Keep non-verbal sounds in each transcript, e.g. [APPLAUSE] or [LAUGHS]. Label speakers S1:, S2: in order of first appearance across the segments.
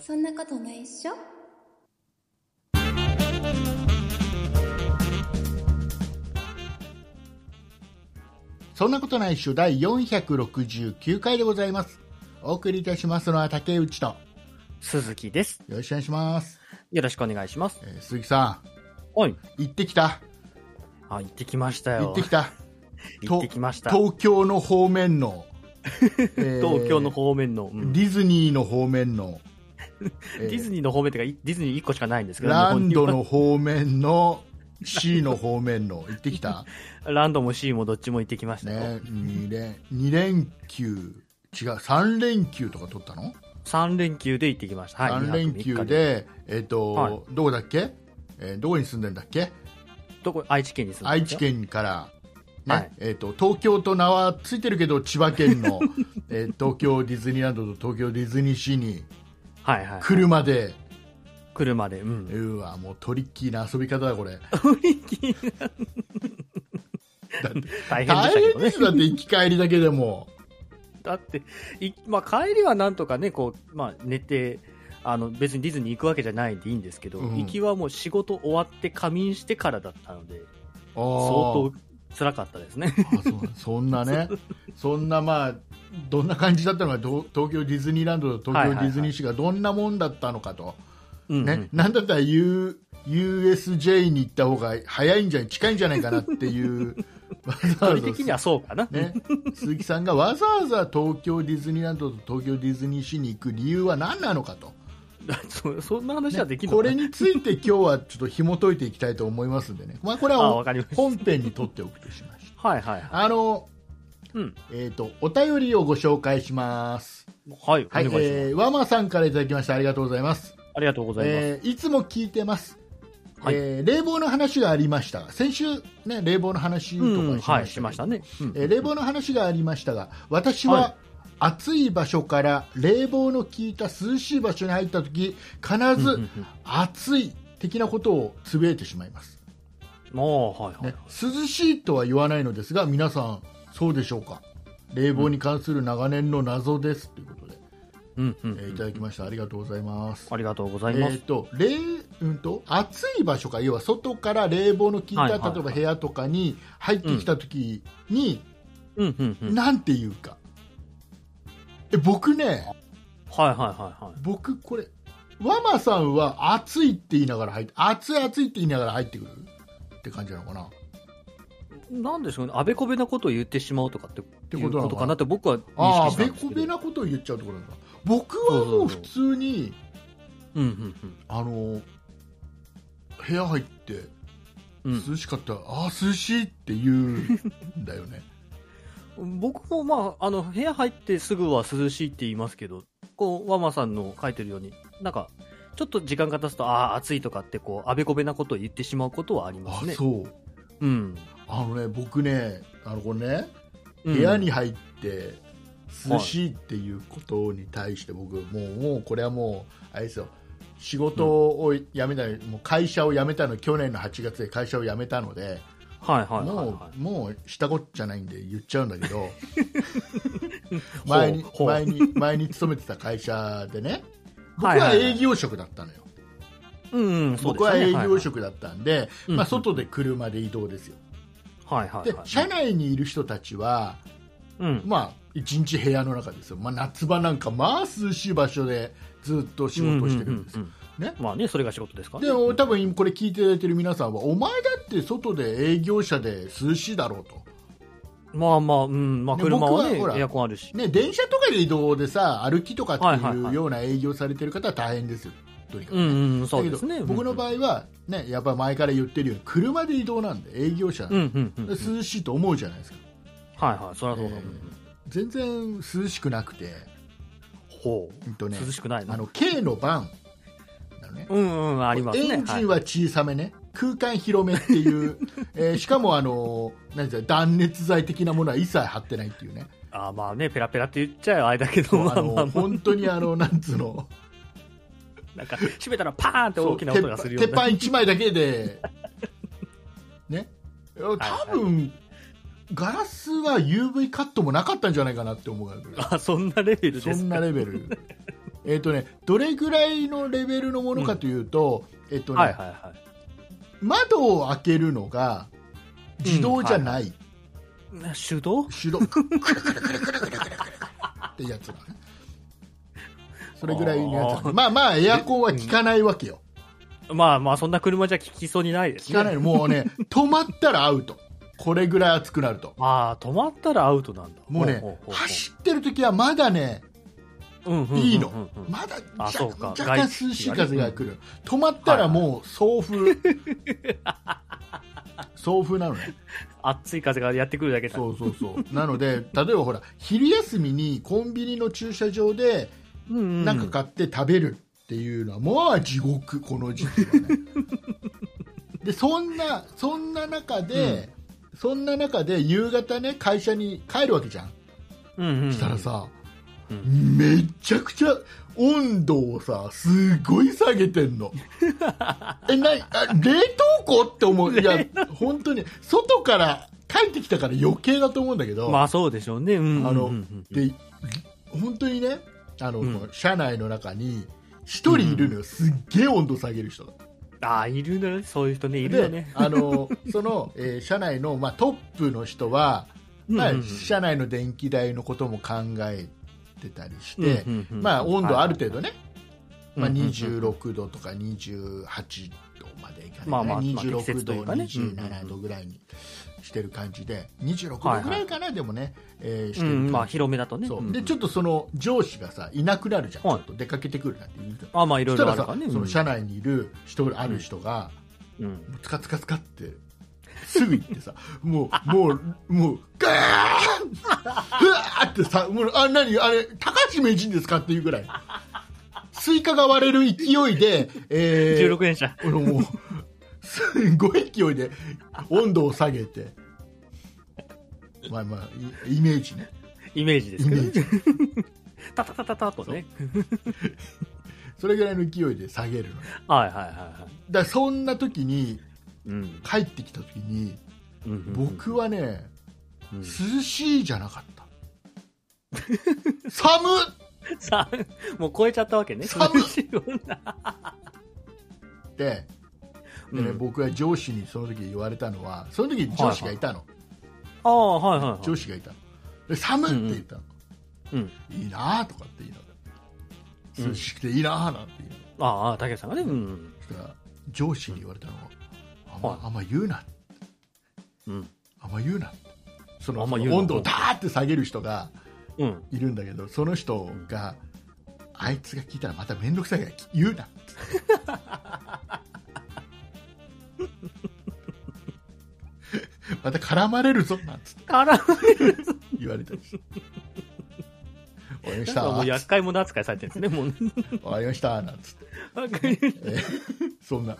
S1: そんなことないっしょ
S2: そんなことないっしょ第469回でございます。お送りいたしますのは竹内と。よ
S3: 鈴木です。
S2: ろしくお願いします。
S3: よろしくお願いします。
S2: えー鈴木さ
S3: はい。
S2: ん、行ってきた
S3: あ、行ってきましたよ。
S2: 行ってきた
S3: 行ってきました。東
S2: 東京の方面
S3: [LAUGHS]
S2: の、えー
S3: 京の方面の、うん
S2: デ
S3: デ
S2: ィズニーの方面の、えー
S3: ィズニーの方面っていうか、ディズニー1個しかないんですけど、
S2: ランド
S3: 日
S2: の方面の、C の方面の、行ってきた
S3: 本には。ランドもシーもどっちも行ってきましたよ。
S2: ね、2連、二連休、違う、3連休とか取ったの、
S3: 3連休で行ってきました。はい。
S2: 三 ?3 連
S3: 二
S2: 休
S3: 泊三日で。
S2: で、えっ、と、
S3: はい
S2: どこだっけ、えーどこに住んでんだっけ
S3: どこ、愛知県に住んで
S2: 愛
S3: ます
S2: 知
S3: よ。
S2: 県から、ね
S3: はい
S2: えー、と東京と名はついてるけど千葉県の、 [LAUGHS] えー東京ディズニーランドと東京ディズニーシーに
S3: はいはい。
S2: 車で、
S3: 車で。うん。
S2: うわもうトリッキーな遊び方だこれ大
S3: 大変でしたけど
S2: 変で
S3: ね
S2: す。よだって行き帰りだけで
S3: [LAUGHS]
S2: も
S3: だって、いまあ、帰りはなんとかね、こう、まあ、寝て、あの、別にディズニー行くわけじゃないんでいいんですけど、
S2: うん
S3: 行きはもう仕事終わって仮眠してからだったので、
S2: あ
S3: 相
S2: ー
S3: 当辛かったですね。
S2: あそうそんなねそんなまあどんな感じだったのかど東京ディズニーランドと東京ディズニーシーがどんなもんだったのかと、
S3: うんう
S2: ね
S3: ん、
S2: なんだったら、U、USJ に行った方が早いんじゃない近いんじゃないかなっていう、わざ
S3: [LAUGHS] 距
S2: わ
S3: 離
S2: ざ
S3: 的にはそうかな。 [LAUGHS]
S2: ね、鈴木さんがわざわざ東京ディズニーランドと東京ディズニーシーに行く理由は何なのか
S3: [LAUGHS]
S2: と、
S3: そ [LAUGHS] そんな話はできるの
S2: こ
S3: かな、
S2: れについて今日はちょっと紐解いていきたいと思いますんでね、まあ、これ
S3: あ
S2: は
S3: わかりました
S2: 本編に取っておくとしまし
S3: はいはいはい。
S2: たあの、
S3: うん。
S2: えー、とお便りをご紹介します。
S3: はい、
S2: はい、
S3: お
S2: え
S3: 願いします、
S2: ー、ワマさんからいただきました。ありがとうございます。
S3: ありがとうございます。
S2: えーいつも聞いてます、
S3: はい
S2: えー冷房の話がありましたが先週、ね、冷房の話とか
S3: うん、
S2: しました,、
S3: はい、しましたね。うん
S2: えー冷房の話がありましたが私は、
S3: はい
S2: 暑い場所から冷房の効いた涼しい場所に入った時必
S3: うんうんう
S2: ず
S3: ん
S2: 暑い的なことをつぶえてしまいます、
S3: もう、はいはい、
S2: ね、涼しいとは言わないのですが皆さんそうでしょうか冷房に関する長年の謎ですということで、
S3: うんうんうん
S2: えーいただきましたありがとうございます
S3: ありがとうござ
S2: え
S3: います。
S2: ーと冷うん、と暑い場所か要は外から冷房の効いた、
S3: はいはいはい
S2: 例えば部屋とかに入ってきた時に、
S3: うんうんうん。はい
S2: なんていうかえ僕ね
S3: はいはいはい。
S2: 僕これワマさんは暑いって言いながら入って暑い暑いって言いながら入ってくるって感じなのかな
S3: なんでしょうね、あべこべなことを言ってしまうとかって
S2: て
S3: い
S2: こと
S3: う
S2: なのかな
S3: ことかなって僕は認
S2: あ
S3: 識
S2: あべ
S3: したんです
S2: こ
S3: けど。
S2: べなことを言っちゃうところなんだ僕はもう普通に
S3: うんうん
S2: あの部屋入って
S3: うん
S2: 涼しかったら、ああ涼しいって言うんだよ
S3: [LAUGHS]
S2: ね
S3: うん、僕もまあ、あの、部屋入ってすぐは涼しいって言いますけど、こう、ワマさんの書いてるように、なんか、ちょっと時間が経つと、ああ、暑いとかって、こう、あべこべなことを言ってしまうことはありま
S2: あ
S3: すね。
S2: そう
S3: うん。
S2: あのね僕ねあのこれね
S3: うん
S2: 部屋に入って涼しいっていうことに対して僕、もうもうこれはもうあれですよ仕事を辞めた、もう会社を辞めたの去年の8月で会社を辞めたので、
S3: はいはいはい、
S2: も
S3: は
S2: うもうしたこっちゃないんで言っちゃうんだけ
S3: [LAUGHS]
S2: ど前に
S3: ほう
S2: 前に前に勤めてた会社でね僕
S3: [LAUGHS] はいは
S2: はい
S3: はい
S2: 営業職だったのよ、
S3: い。うんうん、そう
S2: 僕
S3: です
S2: は
S3: よね
S2: 営業。職だったんで、
S3: うん
S2: ま
S3: う
S2: あ、
S3: ん
S2: 外で車で移動ですよ、
S3: はいはいはい、
S2: で社内にいる人たちは
S3: うん。
S2: まあ、一日部屋の中ですよ、まあ、夏場なんか、まあ、涼しい場所でずっと仕
S3: うん
S2: 事
S3: う
S2: を
S3: ん
S2: してるんです
S3: う
S2: よ。
S3: んうん
S2: ね
S3: まあね、それが仕事ですからね。
S2: でお多分これ聞いていただいてる皆さんはお前だって外で営業者で涼しいだろうと、
S3: まあまあ、うん、まあ
S2: ね
S3: 車は
S2: 僕はほら
S3: ね、エアコンあるし。
S2: ね、電車とかで移動でさ歩きとか
S3: はい
S2: って
S3: はい
S2: い
S3: は
S2: う
S3: い
S2: ような営業されてる方は大変ですよ、とにかく
S3: う
S2: ね、
S3: んうん、そうです
S2: だ
S3: ね。
S2: けど僕の場
S3: 合、
S2: 合は、ね、やっぱ前から言ってるように車で移動なんで営業者なん
S3: う
S2: で、
S3: んうんうんうん。
S2: 涼しいと思うじゃないですか
S3: はいはい、そりゃそうだ、
S2: えー全然涼しくなくて、
S3: ほう。
S2: うんとね、
S3: 涼しくないな。
S2: あの K のバンなのね
S3: うんうん、ありますね。
S2: エンジンは小さめね、空間広めって
S3: [LAUGHS]
S2: いう、えーしかもあのなんていうの断熱材的なものは一切貼ってないっていうね、
S3: ああまあね、ペラペラって言っちゃうあれだけ [LAUGHS] ど、
S2: あ
S3: まあまあ
S2: の
S3: まあ、
S2: 本当にあのなんつうの、
S3: [LAUGHS] なんか、閉めたらパーンって
S2: そう
S3: 大きな音がするよう
S2: 鉄板
S3: な。
S2: 鉄板1枚だけで、ね、多分、ガラスは UV カットもなかったんじゃないかなって思うから
S3: あ、そんなレベル
S2: そ
S3: です
S2: ん
S3: [LAUGHS]
S2: な
S3: か。
S2: レベルえっ、とね、どれぐらいのレベルのものかというと、えっ、とね、
S3: はいはいはい。
S2: 窓を開けるのが自動じゃない、
S3: 手動
S2: 手動クルクルクルクルクルクルクルってやつだねそれぐらいのやつ
S3: あー
S2: まあまあエアコンは効かないわけよ
S3: まあまあ、そんな車じゃ効きそうにないです、
S2: 効
S3: ね。
S2: かないのもうね止まったらアウトこれぐらい暑くなると
S3: ああ、止まったらアウトなんだ。
S2: もうね
S3: ほほほほ
S2: 走ってる時はまだね
S3: うんうんうんうんうん
S2: いいのまだ
S3: あ
S2: 若
S3: そうか
S2: 若
S3: 外
S2: 干
S3: 気
S2: 涼しい風が来る止まったらもう送風 [LAUGHS] 送風なのね
S3: 熱い風がやってくるだけだ。
S2: そうそうそうなので例えばほら昼休みにコンビニの駐車場で
S3: うんうんうん
S2: なんか買って食べるっていうのは、もう地獄この時期はね
S3: [LAUGHS]
S2: でそんなそんな中で、そんな中で夕方ね会社に帰るわけじゃん
S3: うんうんうん
S2: したらさ、
S3: う
S2: めちゃくちゃ温度をさすごい下げてん
S3: [LAUGHS]
S2: のえなあ冷凍庫って思ういや本当に外から帰ってきたから余計だと思うんだけど、
S3: まあそうでしょうね。うんうんうんうん
S2: あので本当にねあの、
S3: うん
S2: 社内の中に一人いるのよ、すっげえ温度下げる人が
S3: ああ、いるね。そういう人ね、いるよ
S2: で
S3: ね。
S2: あのその、えー社内の、まあ、トップの人は、まあ
S3: うんうんうん
S2: 社内の電気代のことも考えてたりして、
S3: うんうんうん
S2: まあ、温度ある程度ね、まあ、
S3: うんうんうん
S2: 26度とか28度までいかないかな、
S3: まあまあまあ適
S2: 26
S3: 切と
S2: 度、
S3: いうかね
S2: 27度ぐらいにしてる感じで26度ぐらいかな、でもね、えーして
S3: う
S2: る感
S3: ん、
S2: じ
S3: まあ広めだとね。
S2: そう
S3: うん
S2: でちょっとその上司がさいなくなるじゃん、
S3: はい
S2: ちょっと出かけてくるなんて言うじゃん
S3: まあまあいろ
S2: そ
S3: い
S2: した
S3: ろ
S2: ら
S3: ある
S2: さ
S3: からね。
S2: その
S3: うん
S2: 社内にいる人ある人が、
S3: うん
S2: つかつかつかってすぐ行ってさも
S3: [LAUGHS]
S2: うもうもうガーンうわーってさもうあ何あれ高橋名人ですかっていうぐらいスイカが割れる勢いで、えー
S3: 16年車。
S2: 俺もうすごい勢いで温度を下げてまあまあイイメージね
S3: イメージです
S2: イ
S3: け
S2: メ
S3: ど
S2: ー
S3: ね。
S2: ジ
S3: タタタタタとね。
S2: それぐらいの勢いで下げるの
S3: はいはいはいはい。
S2: だからそんな時に
S3: うん
S2: 帰ってきた時に
S3: うんうんうん
S2: 僕はね、
S3: うん
S2: 涼しいじゃなかった寒っ
S3: さあ、 [LAUGHS] もう超えちゃったわけね。
S2: 寒いってで、ね
S3: うん
S2: 僕は上司にその時言われたのはその時上司がいたの、
S3: ああ、はいはいはい。
S2: 上司がいたので寒っって言ったの、
S3: うん。
S2: いいなあとかって言いながら涼しくていいなあなんて言いなが
S3: ああ、竹内さんがね。うん。
S2: らそしたら上司に言われたのはあんま,、
S3: はい
S2: あんま言うな
S3: うん。
S2: あんま言うなその
S3: あんま
S2: そ
S3: 言うな
S2: の温度をダーって下げる人が
S3: うん。
S2: いるんだけどその人が、あいつが聞いたらまた面倒くさいから言うなってまた絡まれるぞなんつって
S3: あら、
S2: 言われたりして終わりまし
S3: なん
S2: た
S3: [LAUGHS] かもう
S2: 終
S3: 厄介者扱いされてるんですね、もう。
S2: わりましたなんつってそんな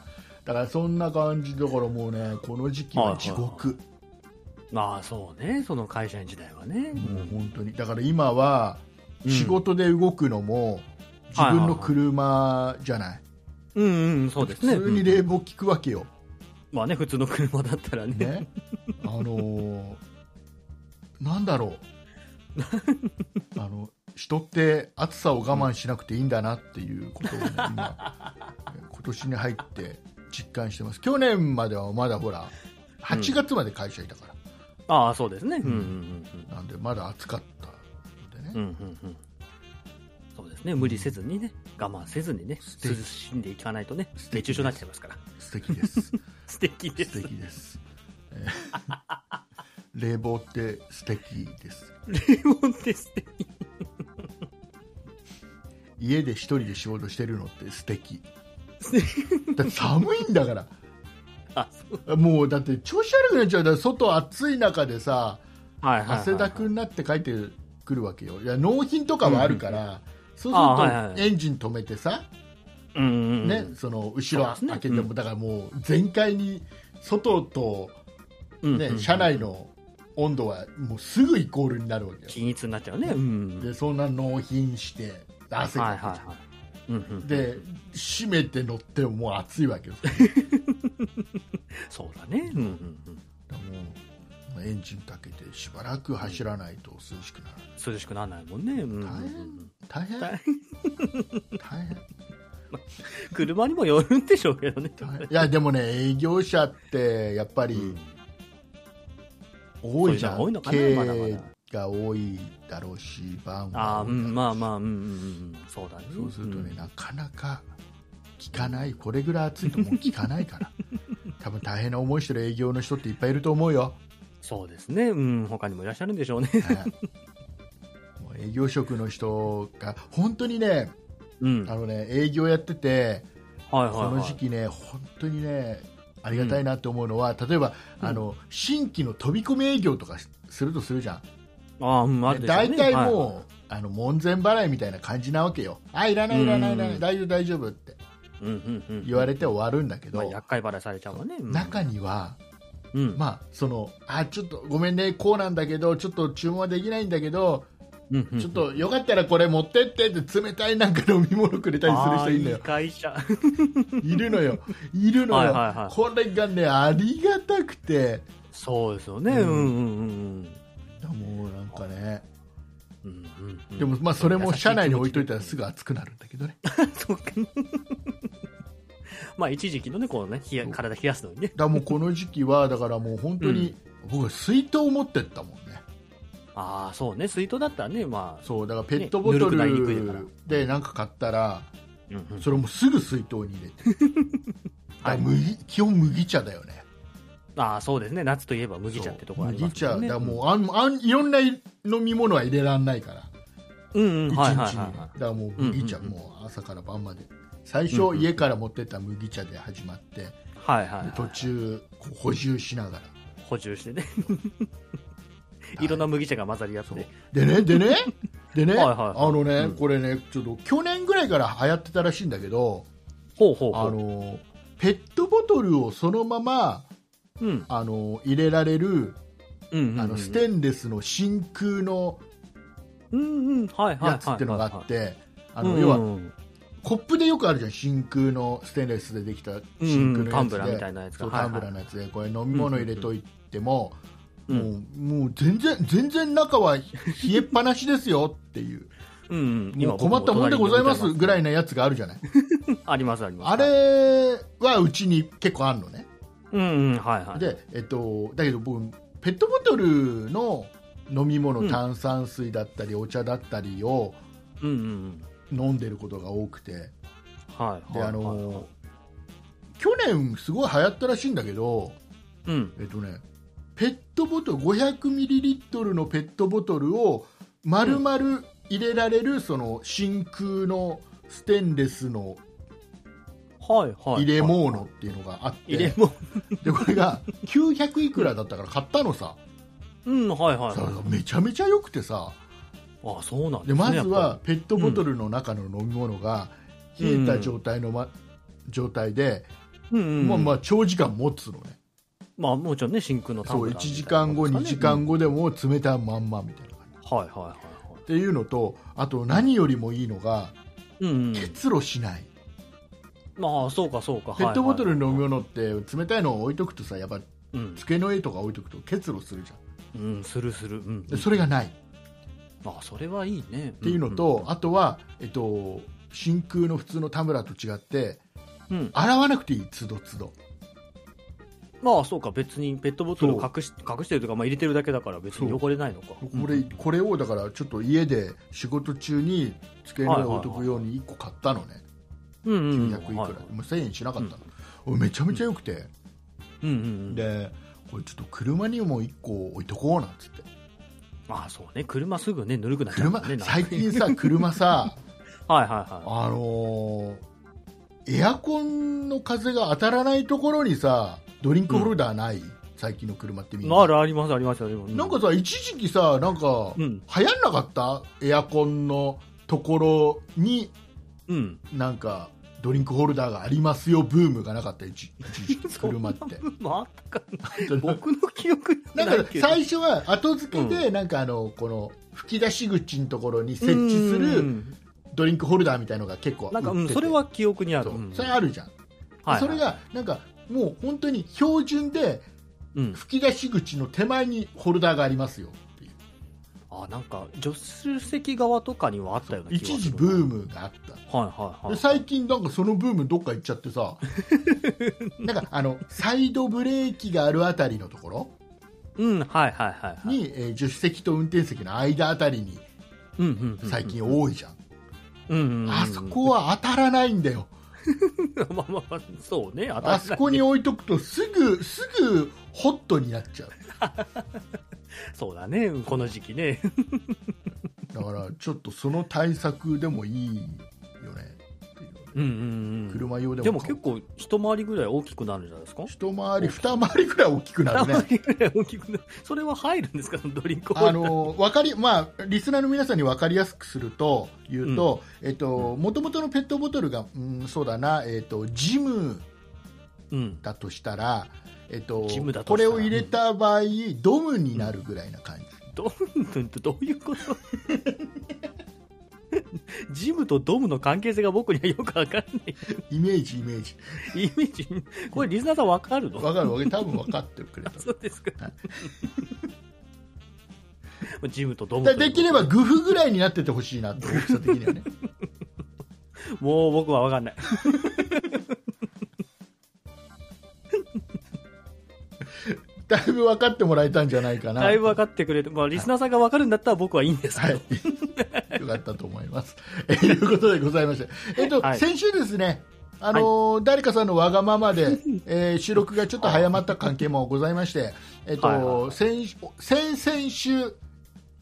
S2: だからそんな感じだからもうねこの時期は地獄、
S3: [LAUGHS] まあそうね、その会社員時代はね。
S2: もう本当にだから今は仕事で動くのも自
S3: はいはい
S2: 分
S3: は
S2: の
S3: い
S2: 車じゃない
S3: うんうん、そうですね。
S2: 普通に
S3: う
S2: 冷
S3: ん
S2: 房効くわけよ、
S3: まあね、普通の車だったらね。
S2: ね、あのーなんだろ
S3: [LAUGHS]
S2: うあの人って暑さを我慢しなくていいんだなっていうことを、
S3: [LAUGHS]
S2: ね、今え今年に入って実感してます去年まではまだほら8月まで会社いたから、
S3: ああ、そうですね。うんうん
S2: なんでまだ暑かったのでね、
S3: うんうん。うんうんうん。そうですね、無理せずにね、我慢せずにね、
S2: 敵
S3: 涼しんでいかないとね
S2: 素、敵
S3: 熱中症になっちゃいますから。
S2: 素敵です
S3: 素敵 [LAUGHS] で
S2: 素
S3: す。
S2: 敵です、えー [LAUGHS] 冷房って素敵です
S3: レモンって素敵。
S2: 家で一人で仕事してるのって素敵だって寒いんだから
S3: [LAUGHS] あ、そう。
S2: もうだって調子悪くなっちゃうだから外暑い中でさ
S3: はいはいはいはい。
S2: 汗だくになって帰ってくるわけよいや納品とかはあるから、そう
S3: あはいは
S2: する
S3: い
S2: とエンジン止めてさ、
S3: うんうんうん。
S2: ね、その後ろ
S3: そうですね
S2: 開けても、
S3: うん
S2: だからもう全開に外と、
S3: うん
S2: ね
S3: うん
S2: 車内の温度はもうすぐイコールになるわけよ
S3: 均一になっちゃうね。うん。
S2: でそんな納品して汗
S3: は
S2: か
S3: い
S2: く
S3: はいはい。うんうん、
S2: で閉めて乗ってももう暑いわけよ
S3: そうだね、うんうんうん、
S2: だからもうまあエンジンかけてしばらく走らないと涼しくなる、
S3: 涼しくならないもんね。うんうん
S2: 大
S3: う
S2: 変
S3: ん。
S2: 大変
S3: 大
S2: 大変
S3: 車にもよるんでしょうけどね。
S2: 大変いやでもね営業者ってやっぱり多いじゃん、
S3: そういうのが多い
S2: 経
S3: のかなまだま
S2: 営
S3: だ
S2: が多いだろうしバン
S3: ああ、
S2: も多いだろう
S3: う
S2: し
S3: ん、まあまあ、うんうんうん。そうだね。
S2: そうするとね、
S3: ん
S2: なかなか聞かないこれぐらい暑いともう聞かないから多分大変な思いしてる営業の人っていっぱいいると思うよ、
S3: そうですね。うん、他にもいらっしゃるんでしょうね。
S2: ね [LAUGHS] もう営業職の人が本当にね
S3: うん。
S2: あ
S3: はい
S2: のね営業やってて
S3: はい
S2: この
S3: は
S2: 時
S3: い。
S2: 期ね本当にねありがたいなって思うのは、例えば
S3: うん
S2: あの新規の飛び込み営業とかするとするじゃん、
S3: ああ、うん、ある
S2: で
S3: でしょうね。
S2: 大体もう、
S3: は
S2: あの門前払いみたいな感じなわけよあいらないいらないいらな
S3: う
S2: い
S3: ん
S2: 大丈夫大丈夫って
S3: い、うんうんうん。
S2: 言われて終わるんだけど、
S3: まあ、厄介払いされちゃうわね。うん
S2: 中には、
S3: うん。
S2: まあ、そのあちょっとごめんね、こうなんだけどちょっと注文はできないんだけど、
S3: うんうん
S2: ちょっとよかったらこれ持ってってって冷たいなんか飲み物くれたりする人いるの
S3: あーい
S2: よ
S3: 会
S2: [LAUGHS]
S3: 社。
S2: いるのよ、いるのよ、
S3: はいはいはい
S2: これがねありがたくて
S3: そうですよね。
S2: う
S3: うんんうんうん
S2: もうなんかね、
S3: うんうんうんうん。
S2: でも、まあ、それも車内に置いといたらす
S3: ぐ。
S2: ぐ熱くなるんだけどね
S3: そうか。まあ、一時期のね、こうね、冷や体冷やすのにね。
S2: だからもうこの時期はだからもう本当に、僕は水筒持ってったもんね
S3: ああ、そうね。水筒だったらね、まあ。
S2: そうだからペットボト
S3: ねぬるくなりにくいから
S2: ルでなんか買ったら、
S3: うんうん
S2: それもすぐ水筒に入れて
S3: [LAUGHS]
S2: だから麦基本麦茶だよね
S3: ああ、そうですね。夏といえば麦茶ってところあり
S2: 麦
S3: ます
S2: 茶
S3: よね。
S2: だからもうあんあんいろんな飲み物は入れられないから
S3: う、うん、
S2: 一
S3: う
S2: 日
S3: ん、
S2: に、
S3: はいはいはいは
S2: だからもう麦茶、
S3: うんうんうん
S2: もう朝から晩まで最
S3: うん
S2: 初
S3: うん
S2: 家から持ってった麦茶で始まって、
S3: い。はいはいはい。
S2: 途中こう補充しながら
S3: 補充して
S2: [LAUGHS]
S3: ね。いろんな麦茶が混ざり合っ
S2: そう
S3: て。
S2: でねで
S3: [LAUGHS]
S2: ねでね
S3: はいはいはい
S2: あのね、
S3: うん
S2: これねちょっと去年ぐらいから流行ってたらしいんだけど
S3: ほうほうほ
S2: あ
S3: う。
S2: のペットボトルをそのまま
S3: うん。
S2: あの入れられる
S3: うんうんうん。
S2: あのステンレスの真空の
S3: うんうん。はいはいはい。
S2: やつってのがあっ、て、あ
S3: うん
S2: の
S3: うん
S2: 要はコップでよくあるじゃん、真空のステンレスでできた真空のやつで、
S3: タンブラーみたいなやつが
S2: そう
S3: はい
S2: タ
S3: はい
S2: ンブラーのやつで、これ飲み物入れといても、
S3: うん
S2: もうもう全然全然中は冷えっぱなしですよっていう、
S3: うんうん。
S2: もう困ったもんでございますぐらい
S3: ね。
S2: のやつがあるじゃない、
S3: ありますあります。
S2: あれはうちに結構あるのね。
S3: うんうん、はいはい。
S2: で、えっと、だけど僕ペットボトルの飲み
S3: う
S2: 物
S3: ん
S2: 炭酸水だったりお茶だったりを
S3: うんうんうん。
S2: 飲んでることが多くて
S3: はい。
S2: で
S3: はい
S2: あの
S3: はい
S2: 去年すごい流行ったらしいんだけど、
S3: うん。
S2: えっとね、ペットボトル500ミリリットルのペットボトルを丸々入れられるその真空のステンレスの
S3: はいはい。
S2: 入れ物っていうのがあって、
S3: 入れ物。
S2: でこれが900いくらだったから買ったのさ
S3: うん、はいはい
S2: さ
S3: は
S2: めちゃめちゃ良くてさ
S3: い。あ、そうなんです
S2: で
S3: ね。
S2: まず
S3: やっ
S2: はペットボトルの中の飲み物が冷えた状態の、ま状態で、
S3: ぱり、うんうん。
S2: まあ、まあ長時間持つのね
S3: まあ、もちろんね、真空のタン
S2: そう
S3: ブ
S2: 1
S3: ラーみたいな
S2: 時間後、
S3: も
S2: 2
S3: んです
S2: 時
S3: かね
S2: 間後でも冷たいまんまみたいな感じ
S3: うんはいはいはいはい。
S2: っていうのとあと何よりもいいのが
S3: うんうん。
S2: 結露しない、
S3: まあ、そうかそうか。
S2: ペットボトルの飲み
S3: よ
S2: 物って冷たいのを置いとくとさやっぱ
S3: ううん。
S2: 机の上とか置いとくと結露するじゃ
S3: うん、するする。うん
S2: ん。でそれがないっ
S3: まあ、それはいいね。って
S2: いうのと、、あとは、えっと、真空の普通のタンブラーと違って
S3: うん。
S2: 洗わなくていいつどつど
S3: まあ、そうか、別にペットボトルを
S2: そう
S3: 隠し隠してるというか、まあ、入れてるだけだから別に汚れないのか。
S2: これこれをだからちょっと家で仕事中に机の上に置いとくように1個買ったのね、
S3: うんうんうん。
S2: 900いくら、
S3: はい
S2: もう1000円しなかったの、おめちゃめちゃ良くて、
S3: うんうんうん。
S2: でこれちょっと車にも1個置いとこうなんつって
S3: まあ、そうね。車すぐね、ぬるくなっちゃうも
S2: 車
S3: んね。なんか
S2: 最近さ、車
S3: [LAUGHS]
S2: さ、
S3: はいはいはい。
S2: あのーエアコンの風が当たらないところにさ、ドリンクホルダーない、最近の車ってみんな。
S3: あるありますありますあります。
S2: なんかさ、一時期さ、なんか、
S3: うん
S2: 流行んなかったエアコンのところに、
S3: うん。
S2: なんか、ドリンクホルダーがありますよ、ブームがなかった、一一
S3: [LAUGHS]
S2: 時期、車って。
S3: まあか僕の記憶
S2: なん
S3: ない
S2: か
S3: けど。
S2: 最初は後付けで、なんかあのこの吹き出し口のところに設置す
S3: う
S2: る
S3: ん
S2: ドリンクホルダーみたいのが結構
S3: なんか、う
S2: 売っ
S3: ん、
S2: てて
S3: それは記憶にある。
S2: そう
S3: うん
S2: それあるじゃん、
S3: はいはい
S2: それがなんかもう本当に標準で
S3: うん。
S2: 吹き出し口の手前にホルダーがありますよっていう
S3: あ、なんか、助手席側とかにはあったような気がする。
S2: 一時ブー。ムがあった
S3: はいはいはい。
S2: で最近なんかそのブームどっか行っちゃって
S3: [LAUGHS]
S2: さなんかあのサイドブレーキがあるあたりのところ
S3: うん、はいはいはい、はい。
S2: に、えー助手席と運転席の間あたりに
S3: うんうんうんうん、
S2: 最近多いじゃん、
S3: うんうんうんうん、
S2: あそこは当たらないんだよ、
S3: [LAUGHS] まあまあまあ、そうね、
S2: あそこに置いとくとすぐすぐホットになっちゃう
S3: そうだね、この時期ね。
S2: だからちょっとその対策でもいいよねっていう
S3: うんうんうん。
S2: 車用でも
S3: でも結構、一回りぐらい大きくなるんじゃないですか
S2: 一回り二回りくらい大きくなるね
S3: 二回りぐらい大きくなる。それは入るん
S2: [LAUGHS]
S3: ですか、そのドリンクホル
S2: あ
S3: ダー
S2: のわかりまあ、リスナーの皆さんに分かりやすくすると、言うと、えっと、もともとのペットボトルが、うん、そうだな、えっと、ジム
S3: うん。
S2: だとしたら、えっと
S3: ジムだ、と
S2: こ
S3: した
S2: れ
S3: ら
S2: を入れた場合、ドムになるぐらいな感じ。
S3: ドムってどういうこと [LAUGHS] ジムとドムの関係性が僕にはよくわかんない。
S2: イメージ、イメージ。
S3: イメージ、これリスナーさんわかるの
S2: わかるわかる、多分分かってくれた。
S3: そうですか。
S2: [LAUGHS]
S3: ジムとドムとい
S2: だ
S3: う
S2: できればグフぐらい [LAUGHS] になっててほしいなと、大きさ的には
S3: [LAUGHS]
S2: ね。
S3: もう僕はわかんない。
S2: だいぶ分かってもらえたんじゃないかな。
S3: だいぶ分かってくれて、まあ、リスナーさんが分かるんだったら僕はいいんですけ
S2: は
S3: ど、
S2: い。 [LAUGHS] よかったと思います。えということでございまして、えっと、
S3: はい
S2: 先週ですね、あのー誰かさんのわがまま
S3: [LAUGHS]
S2: で、えー収録がちょっと早まった関係もございまして、えっと、
S3: はいはいは
S2: 先先々週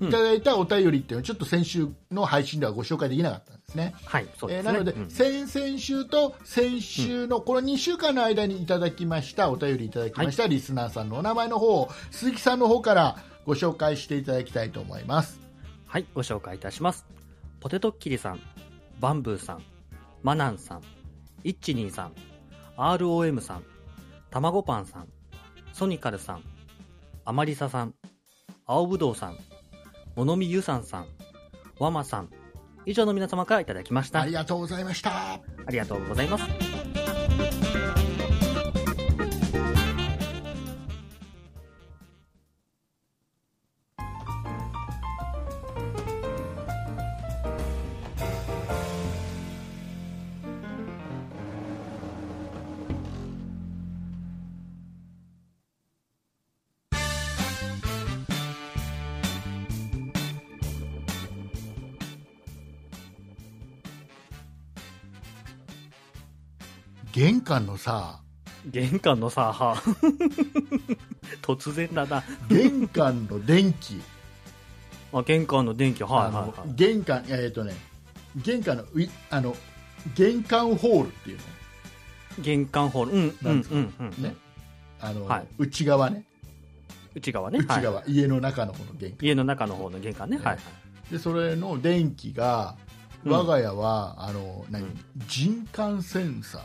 S2: いただいたお便りっていうのは、ちょっと先週の配信ではご紹介できなかったんですね。
S3: はい、そう
S2: え
S3: で
S2: ー
S3: すね。
S2: なので、
S3: うん
S2: 先々週と先週の、この2週間の間にいただきました、お便りいただきました、リスナーさんのお名前の方を、鈴木さんの方からご紹介していただきたいと思います。
S3: はい、ご紹介いたします。ポテトッキリさん、バンブーさん、マナンさん、イッチニーさん、ROM さん、たまごパンさん、ソニカルさん、アマリサさん、青ぶどうさん、ものみゆさんさん、ワマさん、以上の皆様からいただきました。
S2: ありがとうございました。
S3: ありがとうございます。
S2: 玄関のさ
S3: 玄関のさ、は [LAUGHS] 突然だな。
S2: 玄関の電気
S3: あ玄関の電気、 [LAUGHS] はい
S2: あ
S3: はい
S2: の
S3: はい。
S2: 玄関えっ、とね玄関のういあの玄関ホールっていう
S3: 玄関ホール、うん、う
S2: なん
S3: ん
S2: で、すか
S3: うん、う
S2: の
S3: ん。
S2: ねあの、
S3: はい
S2: 内側ね
S3: 内側ね。
S2: 内側、
S3: はい、
S2: 家の中の方の玄関
S3: 家の中の方の玄関ね。
S2: ね
S3: はい。
S2: でそれの電気が
S3: うん
S2: 我が家は、あの何、
S3: うん
S2: 人感センサー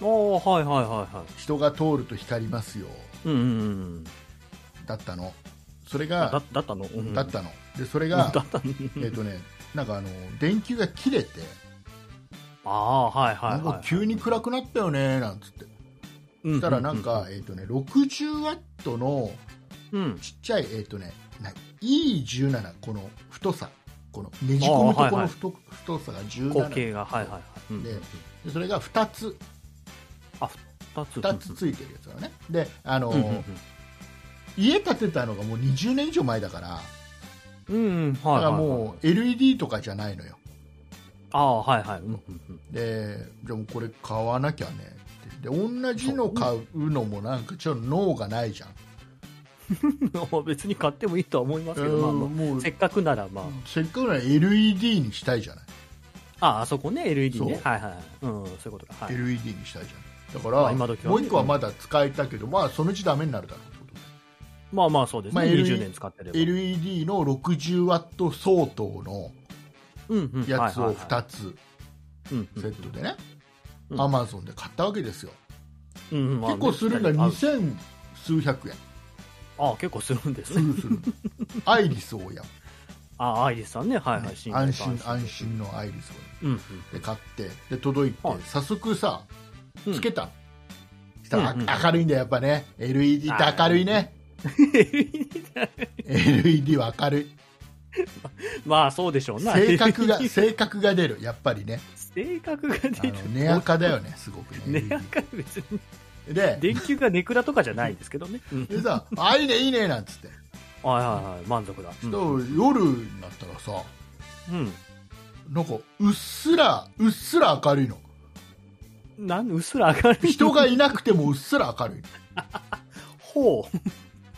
S3: おー、はいはいはいは
S2: 人が通ると光りますよ
S3: い。うんうんうん。
S2: だったのそれ
S3: だ
S2: が
S3: だったの、うん、
S2: だったのでそれ
S3: うんだ
S2: が
S3: ったの。
S2: えっとねなんかあの電球が切れて
S3: ああー、はいは
S2: な
S3: いは
S2: ん
S3: いはい。
S2: か急に暗くなったよねなんつって
S3: う
S2: そし
S3: ん、し
S2: たらなんか、、えーとね、60ワットの
S3: うん。
S2: ちっちゃい、えーとね、な E17 この太さこのねじ込むとこの太,、太さが
S3: 光
S2: 17
S3: 景が、はいはいはい。うん
S2: ででそれが2つ
S3: 二つ。
S2: 二つついてるやつだよねであの、
S3: うんうん
S2: 家建てたのがもう20年以上前だから
S3: うん。うんうん、はい
S2: だ
S3: はい
S2: から
S3: はい。
S2: もう LED とかじゃないのよ
S3: ああ、はいはい。うんうんうん。 [LAUGHS]
S2: でじゃあもうこれ買わなきゃねってで同じの買うのもなんかちょっと脳がないじゃん
S3: 別に買ってもいいとは思いますけど、まあ
S2: うん
S3: ま
S2: も
S3: あ、
S2: う
S3: せっかくならま
S2: せっかくなら LED にしたいじゃない
S3: あ、ああそこね、LED ね。
S2: そう
S3: はいはいはい。うん、そういうことか。はい。
S2: LED にしたいじゃんだか
S3: ま
S2: ら、
S3: あ今時はね
S2: もう一個はまだ使えたけど、まあ、そのうちダメになるだろうってこ
S3: まあまあ、そうです
S2: ま
S3: ね。
S2: あ LED
S3: 20年使ってれ
S2: と
S3: ば。
S2: で LED の 60W 相当の
S3: うんうん
S2: やつを
S3: はい
S2: 2つ
S3: はいはい
S2: セットでね、
S3: うん
S2: Amazon で買ったわけですよ、
S3: うんうんうんまあ
S2: 結構するんだ
S3: ねあ
S2: 2000数百
S3: [LAUGHS]
S2: 円
S3: ああ、結構するんです
S2: す
S3: ね。
S2: るするアイリス大家、
S3: ああ、アイリスさんね。はいはい。信頼
S2: 安
S3: と
S2: 心安。心のアイリス
S3: うんうん。
S2: 大家で買ってで届いて、
S3: はい
S2: 早速さ
S3: うん
S2: つけたの、ただ
S3: うんうん
S2: 明るいんだよやっぱね LED って明るい
S3: [LAUGHS]
S2: ね LED は明るい
S3: まあそうでしょうな。
S2: 性格が性格が出るやっぱりね
S3: [LAUGHS] 性格が
S2: あ
S3: 出
S2: の
S3: る。
S2: 値垢だよねすごく
S3: [LAUGHS] ね
S2: ね
S3: やか別に。
S2: LED で
S3: 電球がネクラとかじゃないですけどね。うん
S2: でさ「あいいねいいね」なんつって
S3: はいはいはい、満足だ。うん
S2: そう夜になったらさ
S3: うん。
S2: なんかうっすらうっすら明るいの
S3: なん、うっすら明るい。
S2: 人がいなくてもうっすら明
S3: [LAUGHS]
S2: るい
S3: ほ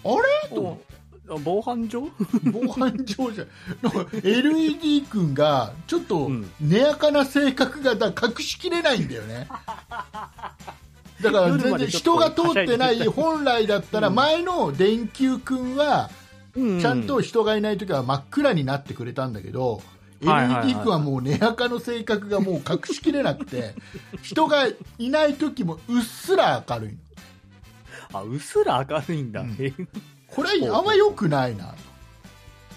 S2: のあれ
S3: う。ほう防犯上
S2: 防犯上じゃなんか LED 君がちょっと
S3: うん
S2: 根やかな性格がだ隠しきれないんだよ
S3: [LAUGHS]
S2: ねだから
S3: 夜
S2: 全
S3: ま
S2: 然
S3: でちょっと
S2: 人が通ってない本来だったら
S3: うん
S2: 前の電球君は
S3: う
S2: ちゃんと人がいない時は真っ暗になってくれたんだけど、
S3: はいはいはい
S2: LED 君はもう根やかの性格がもう隠しきれなくて人がいない時もうっすら明るいの
S3: あ、うっすら明るいんだ。
S2: うん
S3: え
S2: これはあんま良くないな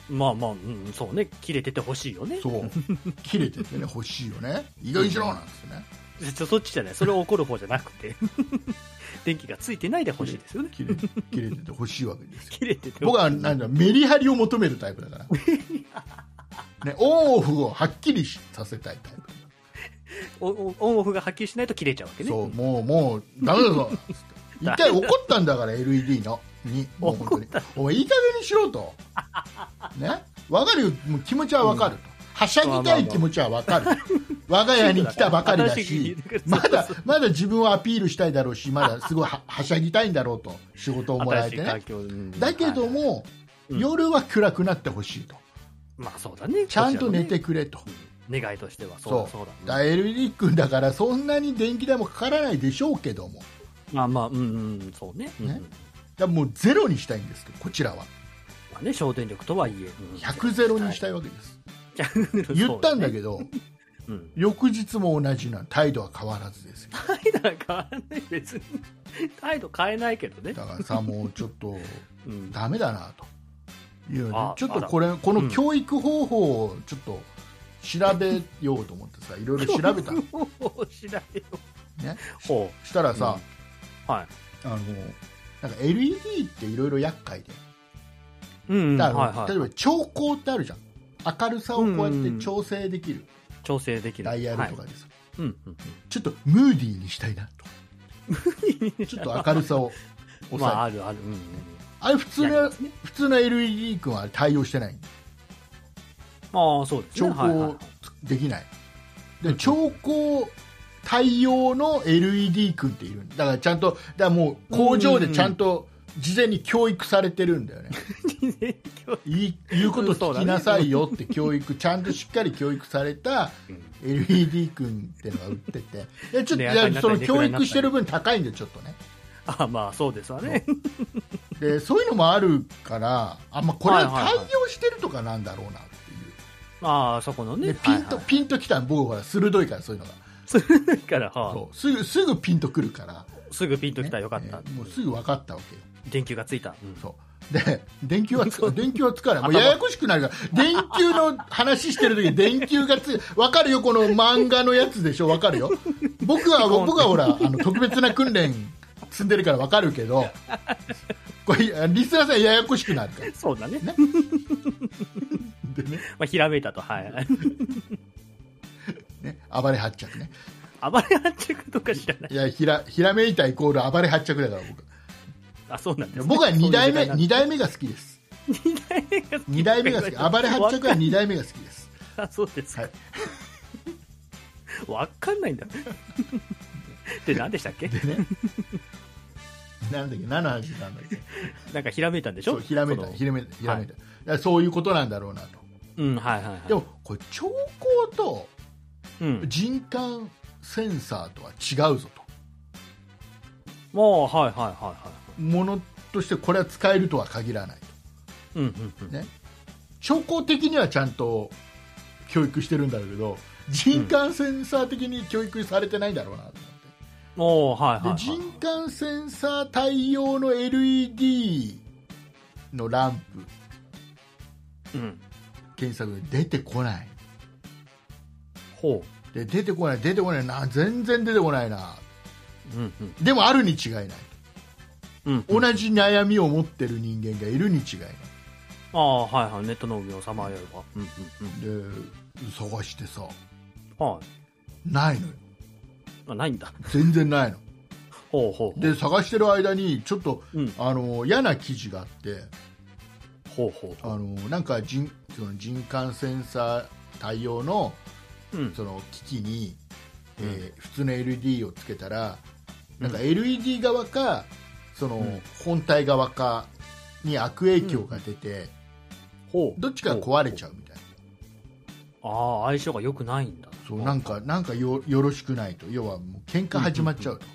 S3: まあまあ、うん、そうね。切れててほしいよね。
S2: そう切れててね欲しいよね意外にしろなんですね
S3: そそっちじゃない。それを怒る方じゃなくて。 [LAUGHS] 電気がついてないでほしいですよね。
S2: 切れて切れてて欲しいわけ [LAUGHS] ですよ
S3: 切れてて。
S2: 僕はなんだメリハリを求めるタイプだから、ね、 [LAUGHS] オンオフをはっきりさせたいタイプ、
S3: おおオンオフが波及しないと切れちゃうわけね。
S2: そうもうもうダメだ
S3: [LAUGHS]
S2: ぞつって一回怒ったんだから LED のにもう本当にお前いい加減にしろ
S3: [LAUGHS]
S2: とねわかるよもう気持ちはわかると、はしゃぎたい気持ちはわかる我が家に来たばかりだしまだまだ自分をアピールしたいだろうし、まだすごいは [LAUGHS] はしゃぎたいんだろうと、仕事をもらえて
S3: 新
S2: ね
S3: しい環。境うん
S2: だけど
S3: はい
S2: も、
S3: うん
S2: 夜は暗くなってほしいと、
S3: まあそうだね。
S2: ちゃんと寝て
S3: こ
S2: くれと、
S3: ちらのね。うん願いとしては、そう
S2: そ
S3: そうう
S2: だ
S3: だ
S2: か
S3: ね。
S2: ら LED 君だから、そんなに電気代もかからないでしょうけども、
S3: まあまあ、うんうん、そうね。うん
S2: ねだからもうゼロにしたいんですけど、こちらは、
S3: まあね、省電力とはいえ。うん
S2: 100ゼロにしたいわけです、
S3: 100
S2: 言ったんだけど、
S3: ど。うん
S2: 翌日も同じなの態度は変わらずですよ、
S3: 態度は変わらない別に態度変えないけどね、
S2: だからさ、もうちょっと。
S3: うん、 [LAUGHS]
S2: ダメだなというの
S3: あ
S2: でちょっと
S3: あら
S2: これこの
S3: うん
S2: 教育方法をちょっと調べようと思ってさ、いろいろ調べた
S3: [LAUGHS]
S2: の
S3: 調べよう
S2: ね
S3: ほ
S2: したらさ、
S3: うはい
S2: あのなんか LED っていろいろ厄介で
S3: うん
S2: だ
S3: は
S2: か
S3: い
S2: ら、
S3: は
S2: 例え
S3: い
S2: ば調光ってあるじゃん明るさをこうやって調整できる、
S3: 調整できる
S2: ダイヤルと
S3: は
S2: かです、
S3: いうんうん
S2: ちょっとムーディーにしたいなとちょっと明るさを抑える、
S3: まあ
S2: あ、
S3: あるあるうんうん
S2: れ普通
S3: やりま
S2: の
S3: すね
S2: 普通の LED 君は対応してない
S3: まあそうです
S2: 調
S3: ねはいはい
S2: 光できない、で調光対応の LED 君っているんだだからちゃんとだからもう工場でちゃんと事前に教育されてるんだよね、いい言うこと聞きなさいよって教育ちゃんとしっかり教育された LED 君ってのが売ってていやちょっとい
S3: 値上がりにな
S2: や
S3: った
S2: そ
S3: り
S2: の教育してる分高いんでちょっとね
S3: あまあそうですわね
S2: でそういうのもあるからあ、まあ、これは対応してるとかなんだろうなっていう、
S3: [LAUGHS] まあそこの
S2: で
S3: ね
S2: ピンと、
S3: はいはい
S2: ピンときた僕ほら鋭いからそういうのが。
S3: だ [LAUGHS] からは
S2: そうすぐすぐピンとくるから、
S3: いすぐピンときたらよかっ
S2: ね
S3: た
S2: えーもうすぐ分かったわけよ
S3: 電球がついたうん
S2: そうで電球は
S3: [LAUGHS]
S2: つ電球はつかないもうややこしくなるから電球の話してる時に電球がつ分かるよこの漫画のやつでしょ分かるよ僕は僕はほらあの特別な訓練積んでるから分かるけどこれリスナーさんややこしくなるから
S3: そうだね
S2: ねでね
S3: まあひらめいたとはい
S2: ね暴れ発着ね
S3: 暴れ発着とか知らない
S2: いやひらひらめいたイコール暴れ発着だから僕
S3: あそうなんです、ね、
S2: 僕は2代目
S3: そういう時代
S2: 二代
S3: なんだ
S2: 目が好きです2代目が好き暴れ発着は2代目が好きです
S3: あそうですか、
S2: はい
S3: わかんない
S2: [LAUGHS]
S3: んだって何でしたっけ
S2: でねなんだっけ何の話なんだっけ
S3: なんかひらめいたんでし
S2: そ
S3: ょ
S2: うひらめいた
S3: その
S2: ひらめいたひらめいた、いやそういうことなんだろうなと
S3: うんはいはいはい
S2: でもこれ兆候と
S3: うん、
S2: 人感センサーとは違うぞと
S3: もうはいはいはいは
S2: ものとしてこれは使えるとは限らないと
S3: いうんうんうん、
S2: ね兆候的にはちゃんと教育してるんだろうけど人感センサー的に教育されてないんだろうなと思って。
S3: もうはいはい、
S2: で
S3: はい、
S2: 人感センサー対応の LED のランプ
S3: うん
S2: 検索で出てこない
S3: ほ
S2: で出てこない出てこないな全然出てこないな
S3: ううんうん
S2: でもあるに違いない
S3: うんうん、
S2: 同じ悩みを持ってる人間がいるに違いない
S3: ああはいはいネット農業さまよえばうんうん
S2: で探してさ
S3: うんはい
S2: ないのよ
S3: あないんだ
S2: 全然ないの
S3: ほうほう
S2: で探してる間にちょっと、
S3: うん
S2: あの嫌な記事があって
S3: ほうほう
S2: あのなんか人その人感センサー対応の
S3: うん
S2: その機器に、
S3: うん
S2: えー普通の LED をつけたらなんか LED 側かその、
S3: うん
S2: 本体側かに悪影響が出て、
S3: ほう
S2: どっちかが壊れちゃうみたいな。
S3: ああ相性が良くないんだ
S2: そうなんかなんかよよろしくないと要はもう喧嘩始まっちゃうと、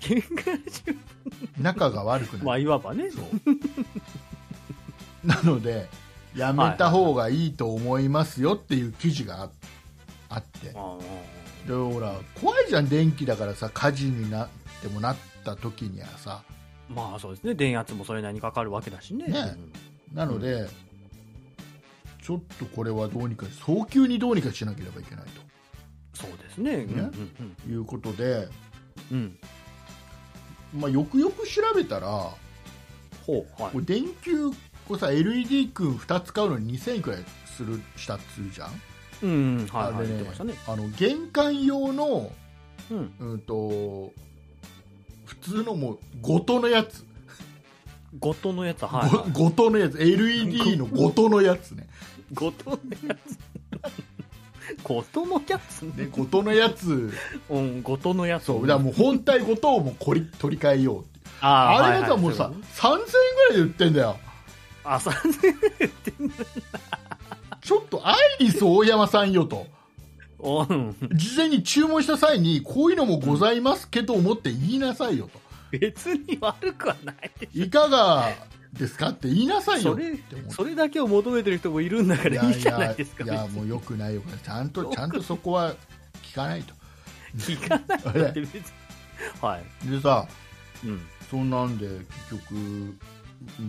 S3: 喧嘩中
S2: 仲が悪くなる、
S3: [LAUGHS] まあいわばね
S2: そう [LAUGHS] なのでやめた方がいいと思いますよっていう記事がああってで
S3: あ
S2: ほら怖いじゃん電気だからさ火事になってもなった時にはさ
S3: あまあそうですね電圧もそれなりにかかるわけだしね
S2: ねなので、ちょっとこれはどうにか早急にどうにかしなければいけない
S3: そうですねうんうんうん
S2: ということで、
S3: うん
S2: まあ、よくよく調べたら
S3: ほうはい
S2: これ電球こうさ LED 君2つ買うのに2000円くらいするしたっつうじゃん、
S3: うんうんはいはい
S2: あれ
S3: 言
S2: ね
S3: ってましたね
S2: あの玄関用の
S3: うん
S2: うんと普通のもう元のやつ、
S3: 後藤のやつははいはい
S2: ご元のやつ LED の元のやつね
S3: 後藤のや [LAUGHS] つ後藤のやつ
S2: で
S3: ね
S2: 元のやつ
S3: うん後藤のやつ
S2: そうだからもう本体ごとをもうこり取り替えようって
S3: あー
S2: あれなんかもうさ、
S3: はいはい
S2: 3000円ぐらいで売ってんだよ
S3: あさ [LAUGHS]
S2: ちょっとアイリス大山さんよと
S3: おうん
S2: 事前に注文した際にこういうのもございますけど思って言いなさいよと
S3: 別に悪くはないでし
S2: いかがですかって言いな
S3: ょ
S2: さいよ
S3: そ
S2: って
S3: れ
S2: 思って
S3: それだけを求めてる人もいるんだからいいじゃないですか
S2: いやいやいや
S3: 別に
S2: もうよくないよくないちゃんとちゃんとそこは聞かないと
S3: 聞か
S2: [LAUGHS]
S3: ないだって別に [LAUGHS] はい、
S2: でさ
S3: うん、
S2: そんなんで結局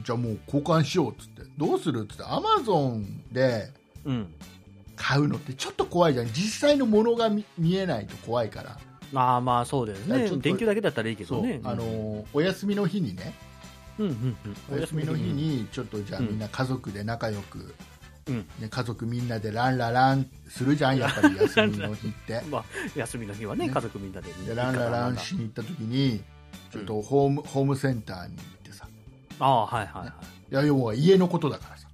S2: じゃあもう交換しようっつってどうするっつってアマゾンで
S3: うん、
S2: 買うのってちょっと怖いじゃん実際のものが見見えないと怖いから
S3: まあまあそうです
S2: いや
S3: ね
S2: ちょっと
S3: 電球だけだったらいいけ
S2: そ
S3: ど
S2: う、
S3: ね
S2: あのお休みの日にね
S3: うんうんうん
S2: お休みの日にちょっとじゃあ
S3: うん
S2: みんな家族で仲良く、
S3: うん
S2: ね、家族みんなでランラランするじゃんやっぱり休みの日って
S3: まあ、休みの日はね
S2: ね
S3: 家族みんなで
S2: でランラランしに行った時にちょっとホーム,、ホームセンターに行ってさ
S3: ああはいはいはい
S2: いや要は家のことだからさ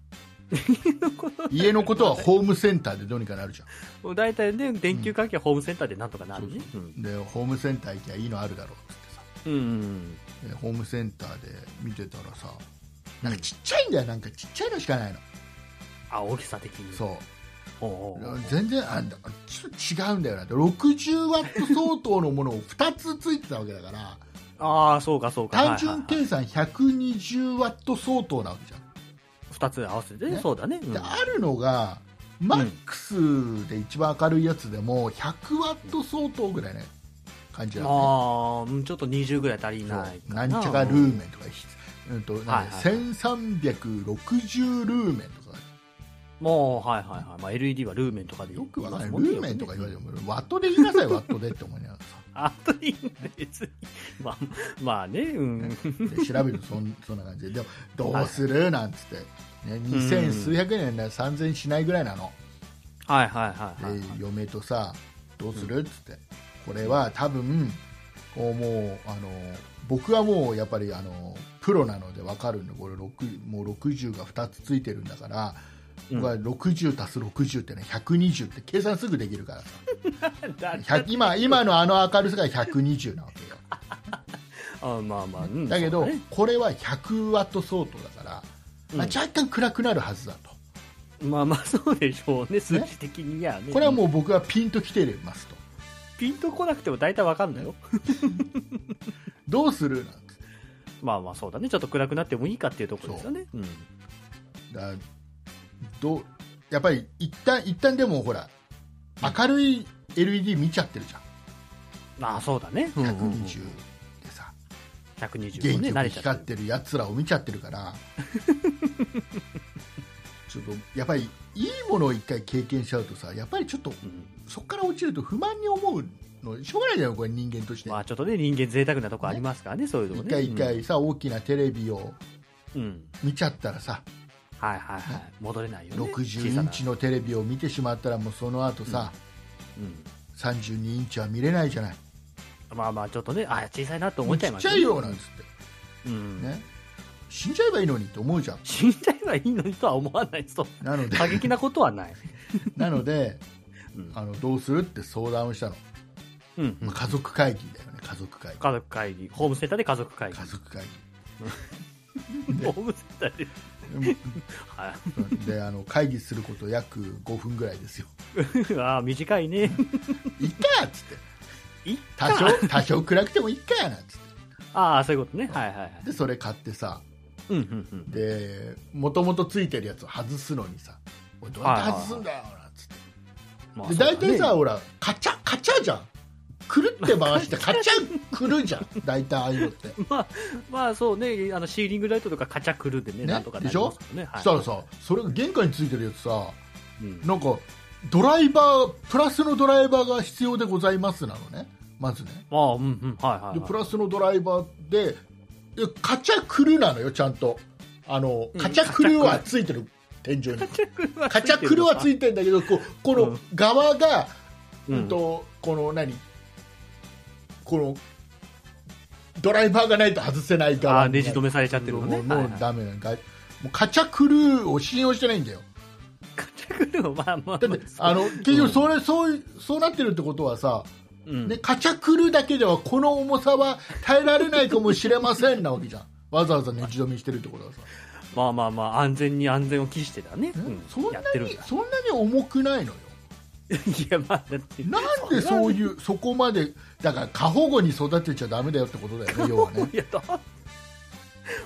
S2: 家のことはホームセンターでどうにかなるじゃ
S3: もう大体ね電球関係はホームセンターでなんとかなるねうん
S2: んでホームセンター行きゃいいのあるだろうっつってさ
S3: うんうん
S2: でホームセンターで見てたらさなんかちっちゃいんだよなんかちっちゃいのしかないの
S3: あ大きさ的に
S2: そう
S3: おうおう
S2: 全然あだちょっと違うんだよな60ワット相当のものを2つついてたわけだから
S3: ああそうかそうか
S2: 単純
S3: はいはい
S2: 計算120ワット相当なわけじゃん
S3: はい二つ合わせてね
S2: ね
S3: そうだねうん
S2: であるのがマックスで一番明るいやつでも100ワット相当ぐらいね感じだよ
S3: ああ、うんちょっと20ぐらい足り
S2: ね
S3: ない
S2: そう
S3: かな。
S2: なんちゃかルーメンとか、うんとなんだ
S3: はいはい
S2: 1360ルーメンとか
S3: もう、はいはいはい。まあ、LED はルーメンとかで
S2: よくわかんないい
S3: ます
S2: ル
S3: もんね
S2: ーメンとか言われてもワットで言いなさいワットでって思いな
S3: [LAUGHS]
S2: がらさ
S3: あといいね、別に。まあ、まあね、うん。
S2: で調べるとそんそんな感じででもどうするなんつって、ね、2000数百円なら3000しないぐらいなの、
S3: はいはいはいはい。
S2: で嫁とさどうするっつってこれは多分こうもうあの僕はもうやっぱりあのプロなので分かるんでこれ6もう60が2つついてるんだから、
S3: うん
S2: 僕は60足す60ってね120って計算すぐできるからさ
S3: だ
S2: 100今
S3: [LAUGHS]
S2: 今のあの明るさが120なわけよ
S3: あまあまあ、うん
S2: だけど、
S3: そうね
S2: これは100ワット相当だから、
S3: うん
S2: あ若干暗くなるはずだと、
S3: まあまあ、そうでしょうね、数値的にやね。
S2: これはもう僕はピンときてますと、
S3: ピンとこなくても大体わかんないよ。
S2: どうするなんて
S3: まあまあ、そうだね。ちょっと暗くなってもいいかっていうところですよね。うん。
S2: だどうやっぱり一旦一旦でもほら明るい LED 見ちゃってるじゃ
S3: ああ、そうだね。うん
S2: ん、
S3: うんうん
S2: 120でさ、
S3: 120
S2: 元
S3: もね、
S2: 気
S3: 慣
S2: に
S3: れちゃ
S2: 光
S3: っ。
S2: っててるやつらを見ちゃってるから [LAUGHS] ちょっとやっぱりいいものを一回経験しちゃうとさやっぱりちょっと
S3: うん
S2: そこから落ちると不満に思うんのしょうがないじゃんこれ人間として
S3: まあちょっとね、人間贅沢なとこありますからね、そういうとこ
S2: 一
S3: ね。
S2: 回一回さ、大きなテレビを
S3: うん。うん。
S2: 見ちゃったらさ
S3: はいはいはい。戻れないよね。小
S2: 60
S3: さ
S2: イン
S3: な
S2: チのテレビを見てしまったらもうその後さ、
S3: うん。
S2: 32インチは見れないじゃない
S3: まあまあ、ちょっとね、あ小さいなと思っちゃい
S2: もう
S3: ま
S2: ち
S3: す
S2: っちゃいよなんつっ
S3: うん。
S2: て、ね、死んじゃえばいいのにって思うじゃん
S3: 死んじゃえばいいのにとは思わない
S2: [LAUGHS]
S3: そう
S2: な
S3: [LAUGHS]
S2: ので
S3: 過激なこと
S2: [LAUGHS]
S3: はない。
S2: なので
S3: [LAUGHS] うん。
S2: あのどうするって相談をしたの、
S3: うん
S2: まあ、家族会議だよね家族会議
S3: 家族会議。ホームセンターで家族会議。
S2: 家族会
S3: ホームセンターで。
S2: 議
S3: は
S2: うんであの会議すること約5分ぐらいですよ [LAUGHS]
S3: い。 [LAUGHS] ああ、短いね。
S2: いっかっつって
S3: いっ
S2: 多少多少暗くてもいっかやなっつって
S3: ああ、そういうことね。はいはいはい。
S2: でそれ買ってさ
S3: うんうんうん。
S2: でもともとついてるやつを外すのにさ「おいどうやって外すんだよ」なんつって、
S3: ま
S2: で大体さ、、ほらカチャカチャじゃんくるって回して [LAUGHS] カチャくるじゃん大体ああいうの [LAUGHS] って、
S3: まあ、まあそうね、あのシーリングライトとかカチャくるんでね、
S2: ね
S3: なんとかなりますよね。はい
S2: したらさそれが玄関についてるやつさ
S3: うん
S2: なんかドライバープラスのドライバーが必要でございますなのねまずね
S3: まあ、うんうん、はいはい、
S2: で
S3: はい。
S2: プラスのドライバーででカチャクルなのよちゃんとあの
S3: うん
S2: カチャクルはついてる天井に [LAUGHS] カ
S3: カ
S2: チャクルはつ
S3: い
S2: いてるんだけどこうこ
S3: う
S2: の
S3: ん
S2: 側が、
S3: う
S2: うんん、とこの何このドライバーがないと外せない側
S3: あーネジ止めされちゃってるのね。
S2: もうも
S3: はいうはい
S2: ダメなんかもうカチャクルを信用してないんだよ
S3: カチャクルをまあまあ。
S2: だってあの結局それ、そういうそうなってるってことはさ、
S3: うん、
S2: ね、カチャクルだけではこの重さは耐えられないかもしれませんなわけ
S3: [LAUGHS]
S2: じゃんわざわざねじ止めしてるってことはさ、
S3: まあまあまあ、安全に安全を期してだね。うん
S2: そんな
S3: やってる
S2: [LAUGHS]
S3: ん
S2: に
S3: だ。
S2: そんなに重くないのよ
S3: いや、まあ、だって。
S2: なんでそういうそこまでだから過保護に育てちゃダメだよってことだよね要
S3: [LAUGHS]
S2: はね
S3: いや、だ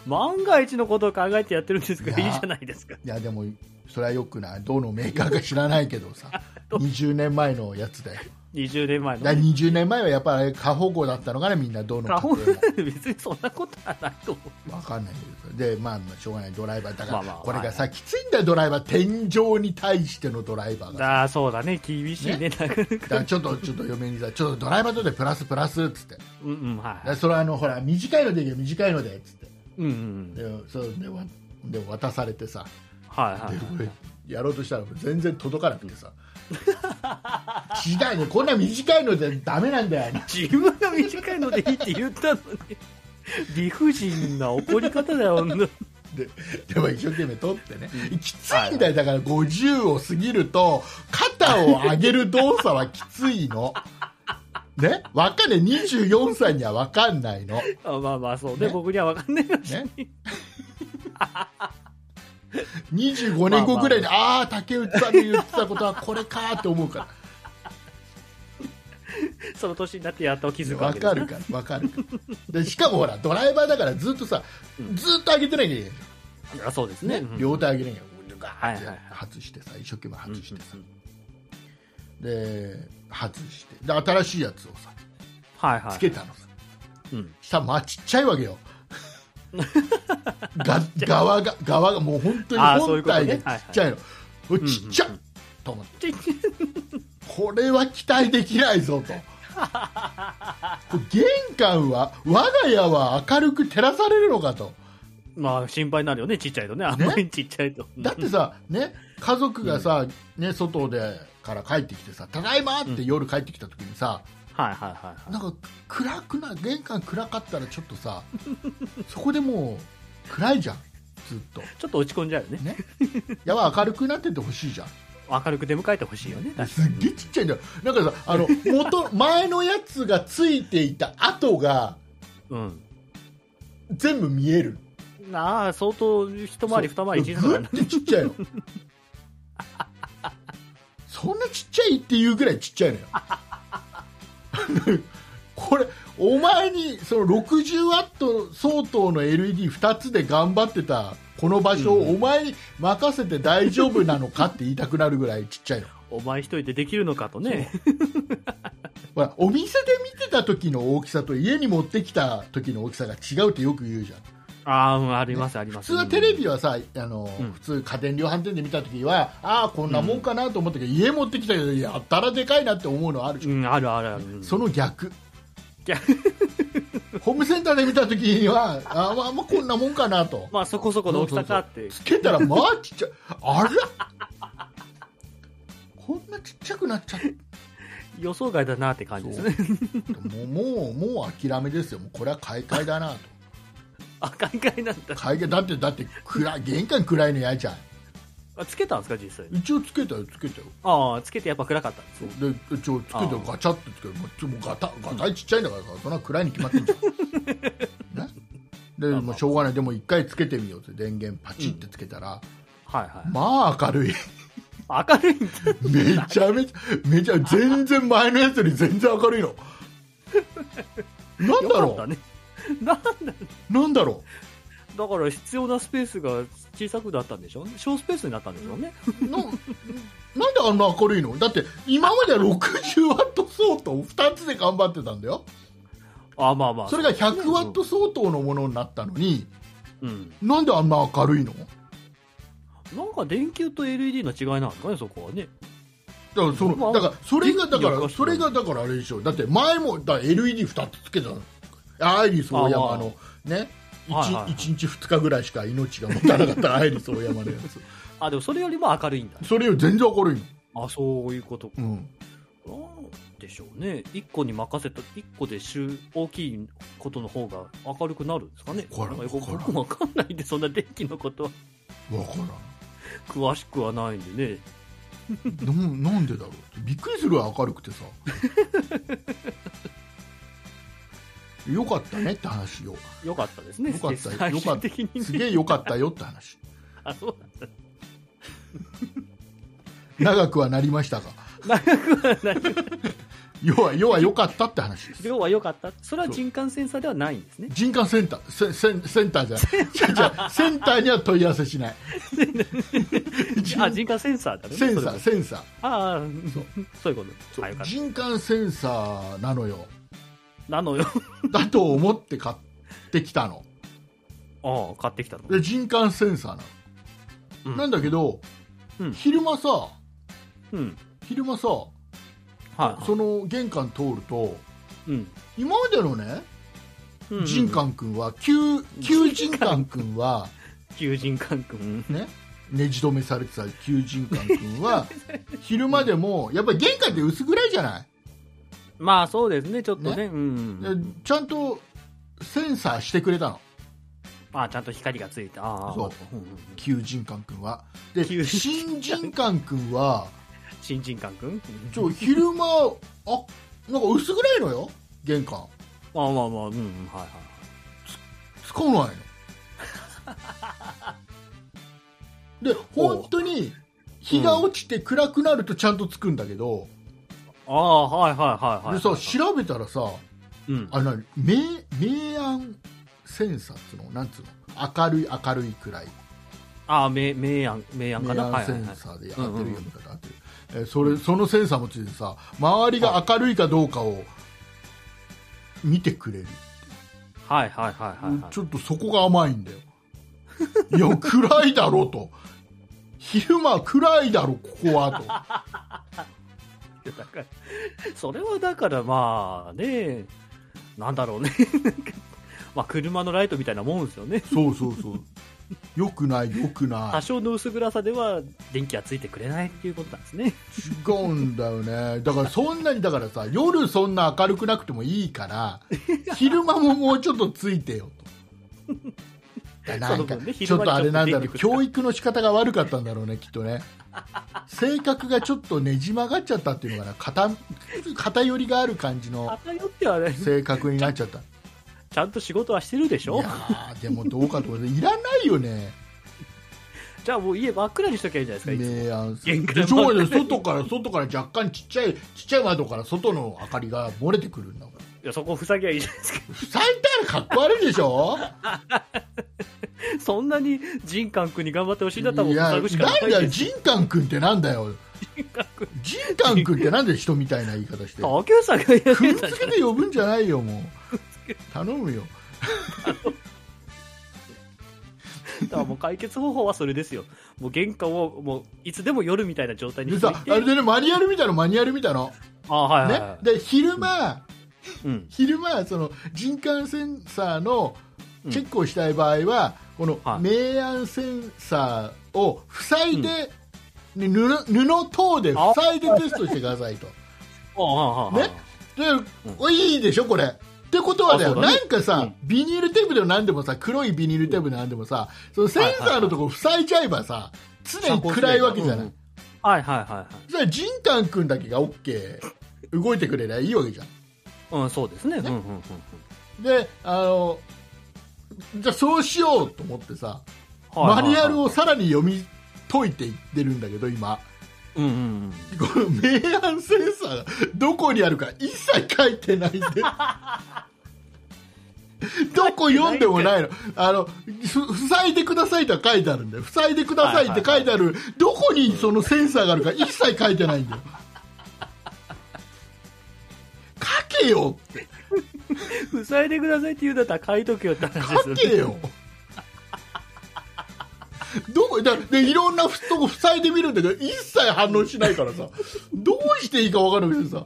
S3: 万が一のことを考えてやってるんですから、
S2: い
S3: い
S2: や
S3: いじゃないですか。
S2: いやでもそれはよくないどのメーカーか知らないけ
S3: [LAUGHS]
S2: どさ20年前のやつだよ
S3: 20年前の。
S2: だから20年前はやっぱり過保護だったのかなみんなどの家庭
S3: 過保
S2: も
S3: 護別にそんなことはないと思う。
S2: わかんないけどで、まあ、まあしょうがないドライバーだから、
S3: まあまあ
S2: これがさ、きついんだよドライバー天井に対してのドライバーが
S3: だそうだね、厳しいね、なかな
S2: だ
S3: か。
S2: からちょっとちょっと嫁にさちょっとドライバーとでプラスプラスっつってだか
S3: [LAUGHS] うんうん、はいは
S2: ら
S3: い。
S2: それはあのほら短いのでいいよ短いのでっつって
S3: うんうん。
S2: でそうでわで渡されてさ
S3: はいはい
S2: で
S3: はい。
S2: これやろうとしたら全然届かなくてさ [LAUGHS] 違うねこんな短いのでダメなんだよな
S3: 自分が短いのでいいって言ったのに。理不尽な怒り方だよ、 [LAUGHS] ほんと
S2: ででも一生懸命取ってねきついんだよだから50を過ぎると肩を上げる動作はきついのねわかんない24歳にはわかんないの [LAUGHS]
S3: あまあまあ、そうね、
S2: ね
S3: 僕には分かんないかもしれない
S2: ね。25年後ぐらいに、ああー、竹内さんの言ってたことはこれかーって思うか
S3: その年になってやっと気づ
S2: ら、
S3: くわ
S2: わ
S3: けです
S2: かるから、わかるからで、しかもほら、ドライバーだからずっとさ、ずっと上げてないで、
S3: あそうですね。
S2: ね
S3: うん
S2: 両手上げないで、ガーって
S3: はいはいはい
S2: 外してさ、一生懸命外してさ、で、外して、で、新しいやつをさ、
S3: はいはい。
S2: つけたのさ、
S3: うん
S2: したらまあちっちゃいわけよ。が側が側がもう本当に
S3: あーそう
S2: 本
S3: いうこと
S2: 体
S3: ね
S2: がちっちゃいのうわ
S3: い
S2: ちっちゃ
S3: うんう
S2: っ
S3: ん
S2: と思ってこれは期待できないぞとこれ玄関は我が家は明るく照らされるのかと
S3: まあ、心配になるよね、ちっちゃいとね。あん
S2: ね
S3: まりちっちゃいと。
S2: だってさ、ね、家族がさ、ね、外でから帰ってきてさ「ただいま!」って夜帰ってきた時にさ、
S3: はいはいはいはい。
S2: なんか暗くな玄関暗かったらちょっとさ [LAUGHS] そこでもう暗いじゃんずっと、
S3: ちょっと落ち込んじゃうよね。
S2: ね、 [LAUGHS] やばい明るくなっててほしいじゃん
S3: 明るく出迎えてほしいよね。
S2: すっげえちっちゃいんだよなんかさあの元前のやつがついていた跡が
S3: うん。
S2: 全部見える
S3: ああ、相当一回り二回り小さくな
S2: ぐ
S3: る
S2: っ。てちっちゃいの [LAUGHS] そんなちっちゃいっていうぐらいちっちゃいのよ [LAUGHS] これお前にその60ワット相当の LED2 つで頑張ってたこの場所をお前に任せて大丈夫なのかって言いたくなるぐらいちっちゃいの
S3: お前一人でできるのかとね。
S2: ほらお店で見てた時の大きさと家に持ってきた時の大きさが違うってよく言うじゃん
S3: あーうんあります、ありま
S2: 普
S3: す。
S2: 通はテレビはさあの、
S3: うん
S2: 普通家電量販店で見た時はああこんなもんかなと思ったけど、家持ってきたけどやったらでかいなって思うのあるじゃん、
S3: うん、あるあるある。うん
S2: その逆
S3: 逆
S2: ホームセンターで見た時にはあーまあまあこんなもんかなと
S3: [LAUGHS] まあ、そこそこの大きさかって。
S2: つけたらまあちっちゃいあらこんなちっちゃくなっちゃった
S3: 予想外だなって感じですね。
S2: もうもうもう諦めですよもうこれは買い替えだなと
S3: あ、海外なんだ。
S2: 買い替えだってだって暗い玄関暗いの嫌じゃん
S3: あつけたんですか、実際に。
S2: 一応つけたよつけたよ
S3: ああ、つけてやっぱ暗かったんですね。
S2: で一応つけて
S3: あー
S2: ガチャってつけてもうもうガタガタイちっちゃいんだからさそんな暗いに決まってんじゃんねで
S3: まあまあ
S2: もうしょうがないでも一回つけてみようって電源パチってつけたら、
S3: はいはい。
S2: まあ明るい [LAUGHS]
S3: 明るいんだ。
S2: めちゃめちゃめちゃ全然前のやつより全然明るいのなんだ
S3: よ
S2: ろ
S3: かっ
S2: う
S3: たね。なんだ
S2: なんだろ
S3: だから必要なスペースが小さくなったんでしょ小スペースになったんでしょうね。
S2: うななんであんな明るいのだって今までは60ワット相当2つで頑張ってたんだよ
S3: あまあまあ。
S2: それが100ワット相当のものになったのに
S3: うん。
S2: なんであんな明るいの
S3: なんか電球と LED の違いなんですかね、そこはね。
S2: だからそ
S3: ま
S2: の
S3: あ
S2: だからそれがだか
S3: いや
S2: らそれがだからあれでしょだって前もだ LED2 つつけたのアイリスオーヤマのね一
S3: はいはいはい
S2: 一日2日ぐらいしか命が持たなか
S3: [LAUGHS]
S2: ったアイリスオーヤマのやつ
S3: あ、でもそれよりも明るいんだ。
S2: それより全然明るい
S3: [LAUGHS] あ、そういうことか。
S2: の、うん、
S3: なんでしょうね。一個に任せた、一個で周大きいことの方が明るくなるんですかね。
S2: わからん
S3: なんかよく
S2: わからん
S3: 僕わかんないんで、そんな電気のことは
S2: 分からん
S3: 詳しくはないんでね。
S2: でもなんでだろうびっくりするわ明るくてさ [LAUGHS] よかったねって話よ
S3: よかったですね。
S2: よかった
S3: [LAUGHS] 最終的に
S2: す
S3: ね。
S2: げえよかったよって話
S3: [LAUGHS] あそう
S2: 長くはなりましたが
S3: [LAUGHS] 長くはない。
S2: [LAUGHS] 要は要は良かったって話です
S3: 量は良かった。それは人感センサーではないんですね。
S2: 人感センターセセンセンター [LAUGHS] じゃない違う違うセンターには問い合わせし
S3: [LAUGHS]
S2: ない人
S3: あ、人感 [LAUGHS] センサーだね。
S2: セン
S3: そ
S2: サ
S3: れ
S2: ー
S3: も
S2: センサー
S3: ああ、
S2: そ
S3: そうういうこと。
S2: そう
S3: あよかっ
S2: 人感センサーなのよ
S3: たなのよ。
S2: だと思って買ってきたの
S3: ああ、買ってきたの。
S2: で人感センサーなの、
S3: うん
S2: なんだけど、
S3: うん
S2: 昼間さ
S3: うん。
S2: 昼間さ
S3: はい。
S2: その玄関通ると
S3: うん。
S2: 今までのね
S3: うんうん
S2: 人。感君は旧旧人感君は
S3: 求人感君。
S2: ねねじ止めされてた旧人感君
S3: [LAUGHS]
S2: は昼間でもやっぱり玄関って薄暗いじゃない
S3: まあそうですね、ちょっとね。うん
S2: でちゃんとセンサーしてくれたの
S3: ああ、ちゃんと光がついた。ああ、
S2: そう
S3: うんうんうん
S2: 旧人感君はで
S3: 旧
S2: 新人感君は
S3: 新人感君
S2: ちょ昼間あなんか薄暗いのよ玄関
S3: まあまあまあ、うんうん、はいはいはい。
S2: つかないので本当に日が落ちて暗くなるとちゃんとつくんだけど、
S3: ああ、はいはいはいはい。
S2: でさ調べたらさ
S3: うん。
S2: あれ何明明暗センサーっつうのなんつうの明るい明るいくらい
S3: ああ、明明暗、明暗
S2: 明
S3: かな。は
S2: 暗
S3: いは
S2: セ
S3: い
S2: ン
S3: はい。
S2: サーで当てる読み方当てる、えーそれそのセンサーもついてさ周りが明るいかどうかを見てくれる、
S3: はいはいはいはいはい。
S2: ちょっとそこが甘いんだよ [LAUGHS] いや暗いだろうと昼間暗いだろここは
S3: だからそれはだからまあね、なんだろうね。 [LAUGHS] まあ車のライトみたいなもんですよね。
S2: とそうそうそうよくないよくない
S3: 多少の薄暗さでは電気はついてくれないっていうことなんですね。
S2: 違うんだよねだからそんなにだからさ [LAUGHS] 夜そんな明るくなくてもいいから昼間ももうちょっとついてよとなんか
S3: その分ね
S2: ちょっとあれなんだろ
S3: 昼間にちょっ
S2: う
S3: と電力
S2: 教育の仕方が悪かったんだろうねきっとね性格がちょっとねじ曲がっちゃったっていうのかな偏偏りがある感じの
S3: 偏ってはね、
S2: 性格になっちゃった
S3: ちゃんと仕事はしてるでし
S2: い
S3: ょ
S2: やーでもどうかと思っていらないよね
S3: じゃあもう家真っ暗にしときゃいいじゃないですか。
S2: 明暗
S3: 玄関
S2: でしょうがない外から外から若干ちっちゃいちっちゃい窓から外の明かりが漏れてくるんだから
S3: いやそこ塞ぎゃいいじゃないですか。 [LAUGHS]
S2: 塞いたらかっこ悪いでしょ
S3: そんなに人感君に頑張ってほしいんだったらもう
S2: いやな
S3: 塞
S2: ん
S3: ぐしかない
S2: だよ
S3: です。
S2: ジンカン君ってなんだよジンカン君ってなんで人みたいな言い方してく
S3: [LAUGHS] 竹内さんが言え
S2: ん
S3: [LAUGHS]
S2: つけで呼ぶんじゃないよもう頼むよ
S3: 人はもう解決方法はそれで
S2: [LAUGHS]
S3: すよ。もう玄関をもういつでも夜みたいな状態に
S2: で
S3: しておい
S2: さ
S3: て
S2: あれでねマニュアル見たのマニュアル見たの、
S3: あはいはい、
S2: ね
S3: は、い
S2: で昼間、
S3: うん
S2: 昼間その人感センサーのチェックをしたい場合は、この
S3: はい
S2: 明暗センサーを塞いで、ね布布等で塞いでテストしてくださいと。
S3: あはいはいはい
S2: ねで、いいでしょこれってことはだよ
S3: あそうだね
S2: なんかさ、
S3: うん
S2: ビニールテープでも何でもさ黒いビニールテープでも何でもさそのセンサーのとこ塞いじゃえばさ常に暗いわけじゃない、
S3: うんはいはいはいはい。
S2: それジンタン君だけが OK 動いてくれりゃいいわけじゃん
S3: うん、そうですね。うんうんうんうん。
S2: であのじゃあそうしようと思ってさ、
S3: はいはいはい
S2: マニュアルを。さらに読み解いていってるんだけど今
S3: うんうんうん。
S2: この明暗センサーがどこにあるか一切書いて [LAUGHS] ないんでどこ読んでもないのあのふ塞いでくださいとは書いてあるんで塞いでくださいって書いてある、どこにそのセンサーがあるか一切書いてない [LAUGHS] んだよ書けよって
S3: 塞いでくださいって言うんだったら書いとけよって話です
S2: 書
S3: よね。
S2: けよどこだでいろんなふとこ塞いでみるんだけど一切反応しないからさどうしていいか分からなくてさ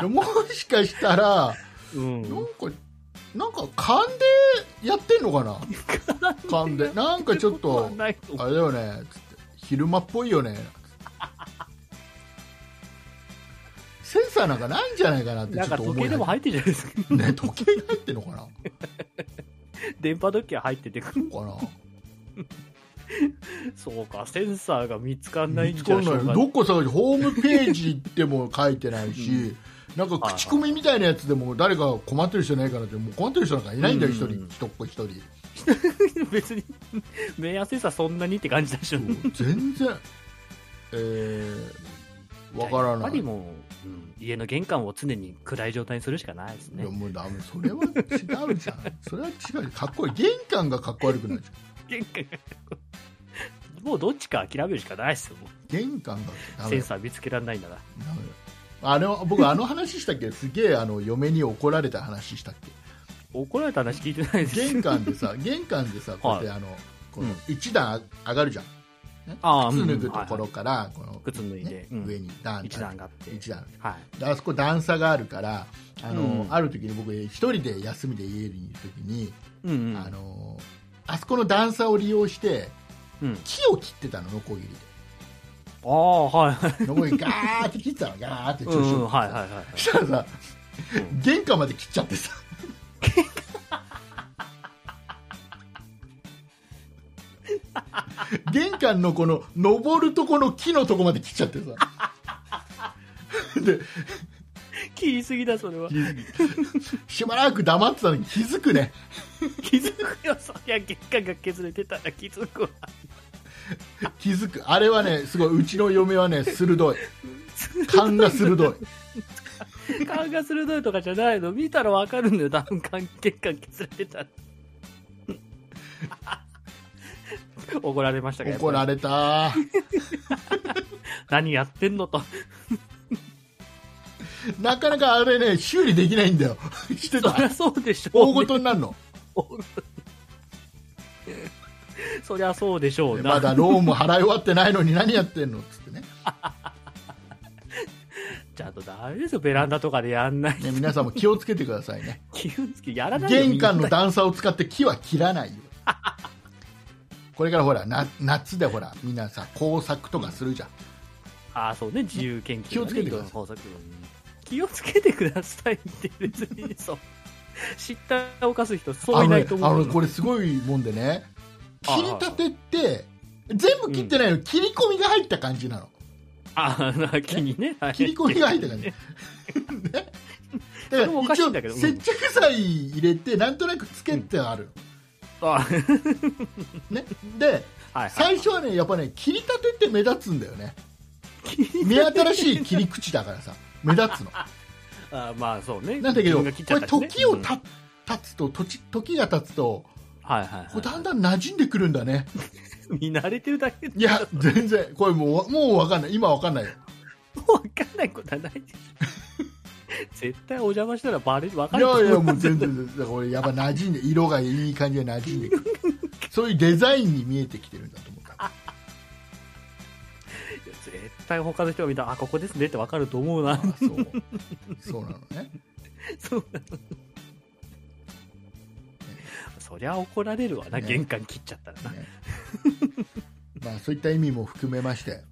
S2: でもしかしたら
S3: うん。
S2: なんかなんか勘でやってんのかな勘でなんかちょっと
S3: ないと思
S2: あれだよねつって昼間っぽいよねセンサーなんかないんじゃないかなっ
S3: う
S2: てちょ
S3: な
S2: っ
S3: ん
S2: と
S3: か
S2: 思い
S3: 時計でも入ってるじゃないですか。
S2: ね、時計が入ってるのかな
S3: 電波時計入ってて。
S2: か
S3: そうか、センサーが見つかん
S2: な
S3: ないん
S2: 見
S3: じ
S2: つ
S3: ゃ
S2: かん
S3: しょ
S2: な
S3: う
S2: い
S3: が
S2: どっか探してホームページでも書いてないし、
S3: うん
S2: なんか口コミみたいなやつでも誰か困ってる人いないかなってもう困ってる人なんかいないんだよ
S3: うん
S2: 一、人一っ子一人
S3: 別に、 [LAUGHS] 目安センサーそんなにって感じでしょ。
S2: 全然えー、わから
S3: やっ
S2: な
S3: ぱ
S2: い
S3: りもう、うん家の玄関を常に暗い状態にするしかないです
S2: い
S3: ね
S2: や。もうダメそれは違うじゃんそれは違うかっこいい玄関がかっこ悪くないじゃん
S3: 玄関が [LAUGHS] もうどっちか諦めるしかないですよ。も
S2: 玄関が
S3: う
S2: ダ
S3: セ
S2: メ
S3: ンサー見つけられないなら。
S2: ダメあの僕あの話したっけすげえあの嫁に怒られた話したっけ
S3: 怒られた話聞いてないです
S2: 玄関でさ [LAUGHS] 玄関でさこうやってあのこの
S3: うん
S2: 一段上がるじゃん、
S3: ああ
S2: 靴脱
S3: う
S2: ぐ
S3: ん
S2: ところからこの
S3: 靴脱いで
S2: ね、
S3: うん
S2: 上に段
S3: 一段があって
S2: 一段
S3: はい
S2: であそこ段差があるからあの、
S3: うん
S2: ある時に僕一人で休みで家にいる時に、
S3: うんうん
S2: あのあそこの段差を利用して
S3: うん
S2: 木を切ってたのノコギリ
S3: ああはいはい
S2: でノコギリガーって切ってたのガーって
S3: う
S2: 調
S3: ん
S2: 子
S3: うん
S2: を
S3: はいはいはい
S2: [LAUGHS] そしたらさ、
S3: うん
S2: 玄関まで切っちゃってさ玄関のこの登るとこの木のとこまで切っちゃってさで
S3: 切りすぎだそれは
S2: しばらく黙ってたのに気づくね
S3: 気づくよそりゃ玄関が削れてたら気づくわ
S2: 気づくあれはねすごいうちの嫁はね鋭い勘が鋭い
S3: 勘が鋭いとかじゃないの見たらわかるんだよだんだん玄関削れてたら [LAUGHS] 怒られましたかやっぱ
S2: 怒
S3: り
S2: られた
S3: 何やってん
S2: [LAUGHS]
S3: のと
S2: なかなかあれね修理できないんだよして
S3: そりゃ
S2: た
S3: そうでしょう、
S2: 大ごとになるの
S3: そりゃそうでしょうな、
S2: まだローンも払い終わってないのに何やってんのっつってね
S3: ちゃんとダメですよベランダとかでや
S2: [LAUGHS]
S3: んない
S2: ね皆さんも気をつけてくださいね
S3: 気をつけやら [LAUGHS] ないよ
S2: 玄関
S3: み
S2: の
S3: んな
S2: 段差を使って木は切らないよ [LAUGHS] これからほらな夏でほらみんなさ工作とかするじゃん
S3: ああそうね自由研究、ね、
S2: 気をつけてください
S3: い気をつけてくださいって別にそう
S2: [LAUGHS]
S3: 知ったを犯す人そういないと
S2: あ
S3: 思
S2: の
S3: う
S2: ねあのこれすごいもんでね
S3: あ
S2: 切り立てって全部切ってないの、切り込みが入った感
S3: [LAUGHS]
S2: じなの
S3: ああ気にねはい
S2: 切り込みが入った感じ [LAUGHS] ねだ
S3: れ
S2: か
S3: もお
S2: ら
S3: かし
S2: 一
S3: い
S2: 応
S3: んだけどうん
S2: 接着剤入れてなんとなくつけてある、
S3: [LAUGHS] あー
S2: ねで
S3: はいはい
S2: 最初はねやっぱね切り立てって目立つんだよね目新しい切り口だからさ目立つの
S3: あーまあそうね
S2: なんだけど、
S3: 自分が切っち
S2: こ
S3: ゃっ
S2: れ
S3: たしね
S2: 時を
S3: うん
S2: た経つと時時が経つと
S3: はいはい
S2: こうだ
S3: は
S2: んだん馴染んでくるんだね
S3: い見慣れてるだけで
S2: いや全然これもうもう分かんない今分かんないよ [LAUGHS]
S3: もう分かんないことはないでしょ絶対お邪魔したらバレる、わか
S2: い
S3: ると
S2: や
S3: 思
S2: いやもう全然全然だから俺やっぱ馴染んで色がいい感じで馴染んでく [LAUGHS] るそういうデザインに見えてきてるんだと思う多
S3: 絶対他の人が見たら、あ、ここですねってわかると思うな。
S2: 分あそうそうなの [LAUGHS] ね
S3: そうなのそりゃ怒られるわな、
S2: ね
S3: 玄関切っちゃったらな。
S2: ねまあそういった意味も含めまして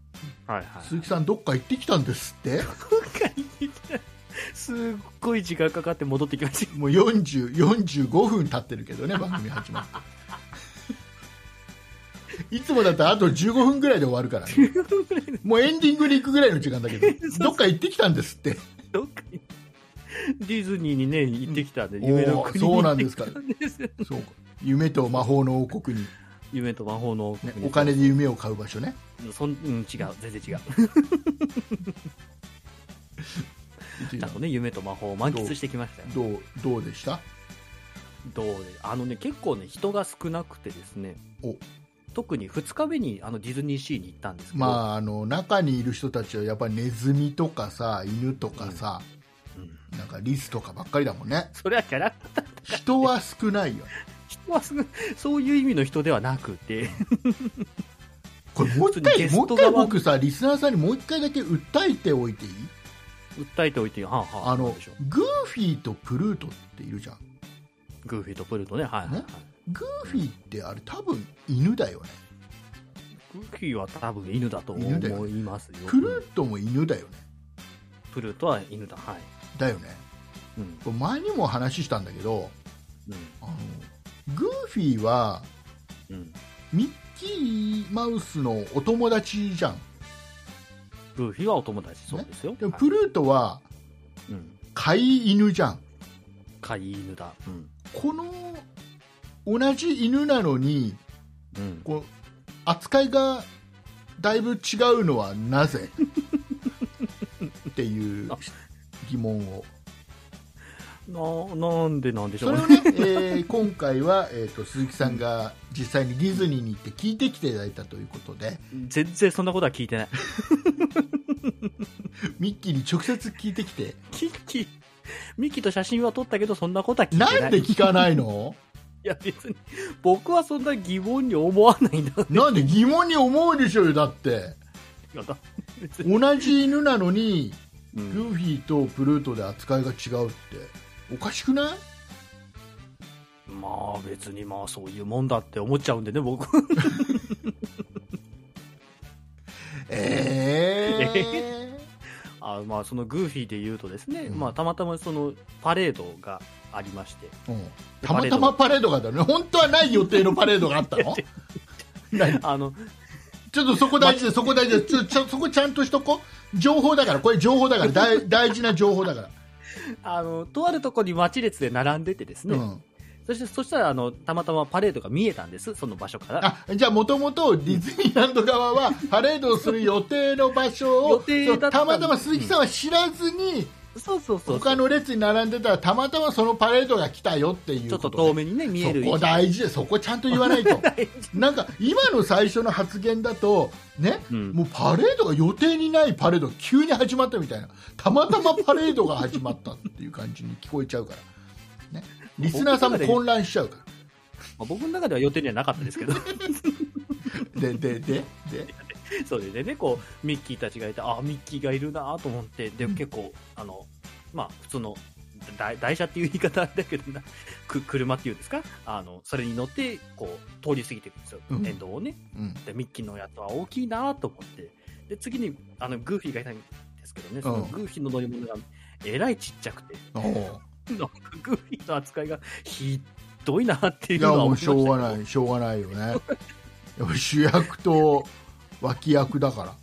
S3: はいはい。
S2: 鈴木さんどっか行ってきたんですって
S3: 買いに来たすっごい時間かかって戻ってきました。
S2: もう40 45分経ってるけど
S3: [LAUGHS]
S2: ね番組始まっていつもだったらあと15分ぐらいで終わるから、ね、もうエンディングに行くぐらいの時間だけ
S3: [LAUGHS]
S2: どどっか行ってきたんですって
S3: どっかにディズニーにね、行ってきたんで、
S2: おー
S3: 夢の国に
S2: そう
S3: 行
S2: な
S3: っ
S2: ん
S3: て
S2: で
S3: き
S2: すか
S3: たんですよ。
S2: そうか夢と魔法の王国に、
S3: [LAUGHS] 夢と魔法の
S2: ね
S3: 国、
S2: お金で夢を買う場所ね
S3: そん、うん、違う、全然違う。
S2: 行ってき
S3: ち
S2: た
S3: ゃんとね、夢と魔法を満喫してきましたよ。
S2: どうどうでした
S3: どうであのね、結構ね、人が少なくてですね
S2: お、
S3: 特に2日目にあのディズニーシーに行ったんですけど、
S2: まああの中にいる人たちはやっぱりネズミとかさ犬とかさ、
S3: うん
S2: なんかリスとかばっかりだもんね
S3: それはキャラクター、
S2: 人は少ないよ
S3: 人はすぐ、 [LAUGHS] そういう意味の人ではなくて、
S2: これもう一
S3: 普通にゲ
S2: 回
S3: ス
S2: も
S3: ト
S2: う一
S3: 側
S2: 回僕さリスナーさんにもう一回だけ訴えておいていい
S3: 訴えておいて、はんはん
S2: あの
S3: でしょ
S2: グーフィーとプルートっているじゃん
S3: グーフィーとプルートね、はいはいはい
S2: ねグーフィーってあれ多分犬だよね
S3: グーフィーは多分犬だと
S2: 犬だよ
S3: 思いますよ。
S2: プルートも犬だよね
S3: プルートは犬だ、はい。
S2: だよね
S3: うん
S2: これ前にも話したんだけど
S3: うん
S2: あのグーフィーは
S3: うん
S2: ミッキーマウスのお友達じゃん
S3: グーフィーはお友達、そうですよ。
S2: でも
S3: はい
S2: プルートは
S3: うん
S2: 飼い犬じゃん
S3: 飼い犬だ。うん
S2: この同じ犬なのに
S3: うん
S2: こう扱いがだいぶ違うのはなぜっていう疑問を
S3: ななんでなんでしょ
S2: そうれをね、えー今回は、えー、と鈴木さんが実際にディズニーに行って聞いてきていただいたということで
S3: 全然そんなことは聞いてない。
S2: ミッキーに直接聞いてきて
S3: [LAUGHS] ミッキー、ミッキーと写真は撮ったけど、そんなことは聞いてない。
S2: なんで聞かないの
S3: いや、別に、僕はそんな疑問に思わないんだけ
S2: なんで疑問に思うでしょうよだって
S3: どな、別に。
S2: 同じ犬なのに
S3: う
S2: グ
S3: ん
S2: ーフィーとプルートで扱いが違うっておかしくない
S3: まあ、別に、まあ、そういうもんだって思っちゃうんでね、僕。
S2: えー
S3: [LAUGHS] あまあ、そのグーフィーで言うとですね、
S2: うん
S3: まあ、たまたまその、パレードがありまして、
S2: うんたまたまパレードがあったのね [LAUGHS] 本当はない予定のパレードがあ
S3: [LAUGHS]
S2: ったの何
S3: あの、
S2: ちょっとそこ大事でそこ大事でちょちょそこちゃんとしとこ情報だからこれ情報だ
S3: [LAUGHS]
S2: から大大事な情報だから、
S3: あの、とあるとこに待ち列で並んでて [LAUGHS] ですね、
S2: うん、
S3: そして、そしたら、あの、たまたまパレードが見えたんです、その場所から。
S2: あじゃあもともとディズニーランド側
S3: [LAUGHS]
S2: はパレードをする予定の場所
S3: 予
S2: を
S3: 定だったんだ
S2: そうまたま鈴木さんは知らずに
S3: そうそうそう。
S2: 他の列に並んでたらたまたまそのパレードが来たよっていう
S3: ちょっ
S2: こ
S3: と
S2: と
S3: 遠
S2: ね
S3: 目にね、見える
S2: そこ大事でそこちゃんと言わない
S3: [LAUGHS]
S2: となんか今の最初の発言だとね
S3: うん
S2: もうパレードが予定にないパレードが急に始まったみたいなたまたまパレードが始まったっていう感じに聞こえちゃうから、ね、リスナーさんも混乱しちゃうか
S3: まあ、僕の中では予定にはなかったですけど、 [LAUGHS]
S2: らでででで
S3: それでね、こう、ミッキーたちがいて、あ、ミッキーがいるなと思って、で、結構、あの、まあ、普通の、だ台車っていう言い方だけどな、 [LAUGHS] く車っていうんですかあの、それに乗って、こう、通り過ぎていくんですよ
S2: う、ん
S3: 沿道をね。
S2: うん
S3: で、ミッキーのやつは大きいなと思って、で、次に、あの、グーフィーがいたんですけどね、その
S2: うん
S3: グーフィーの乗り物が、えらいちっちゃくて、 [LAUGHS]
S2: おう
S3: なんかグーフィーの扱いがひどいなってい
S2: いう
S3: の
S2: や
S3: は
S2: も
S3: 思
S2: う
S3: いまし
S2: した
S3: け
S2: ょ
S3: ど
S2: うがないしょうがないよねやっぱ主役と脇役だか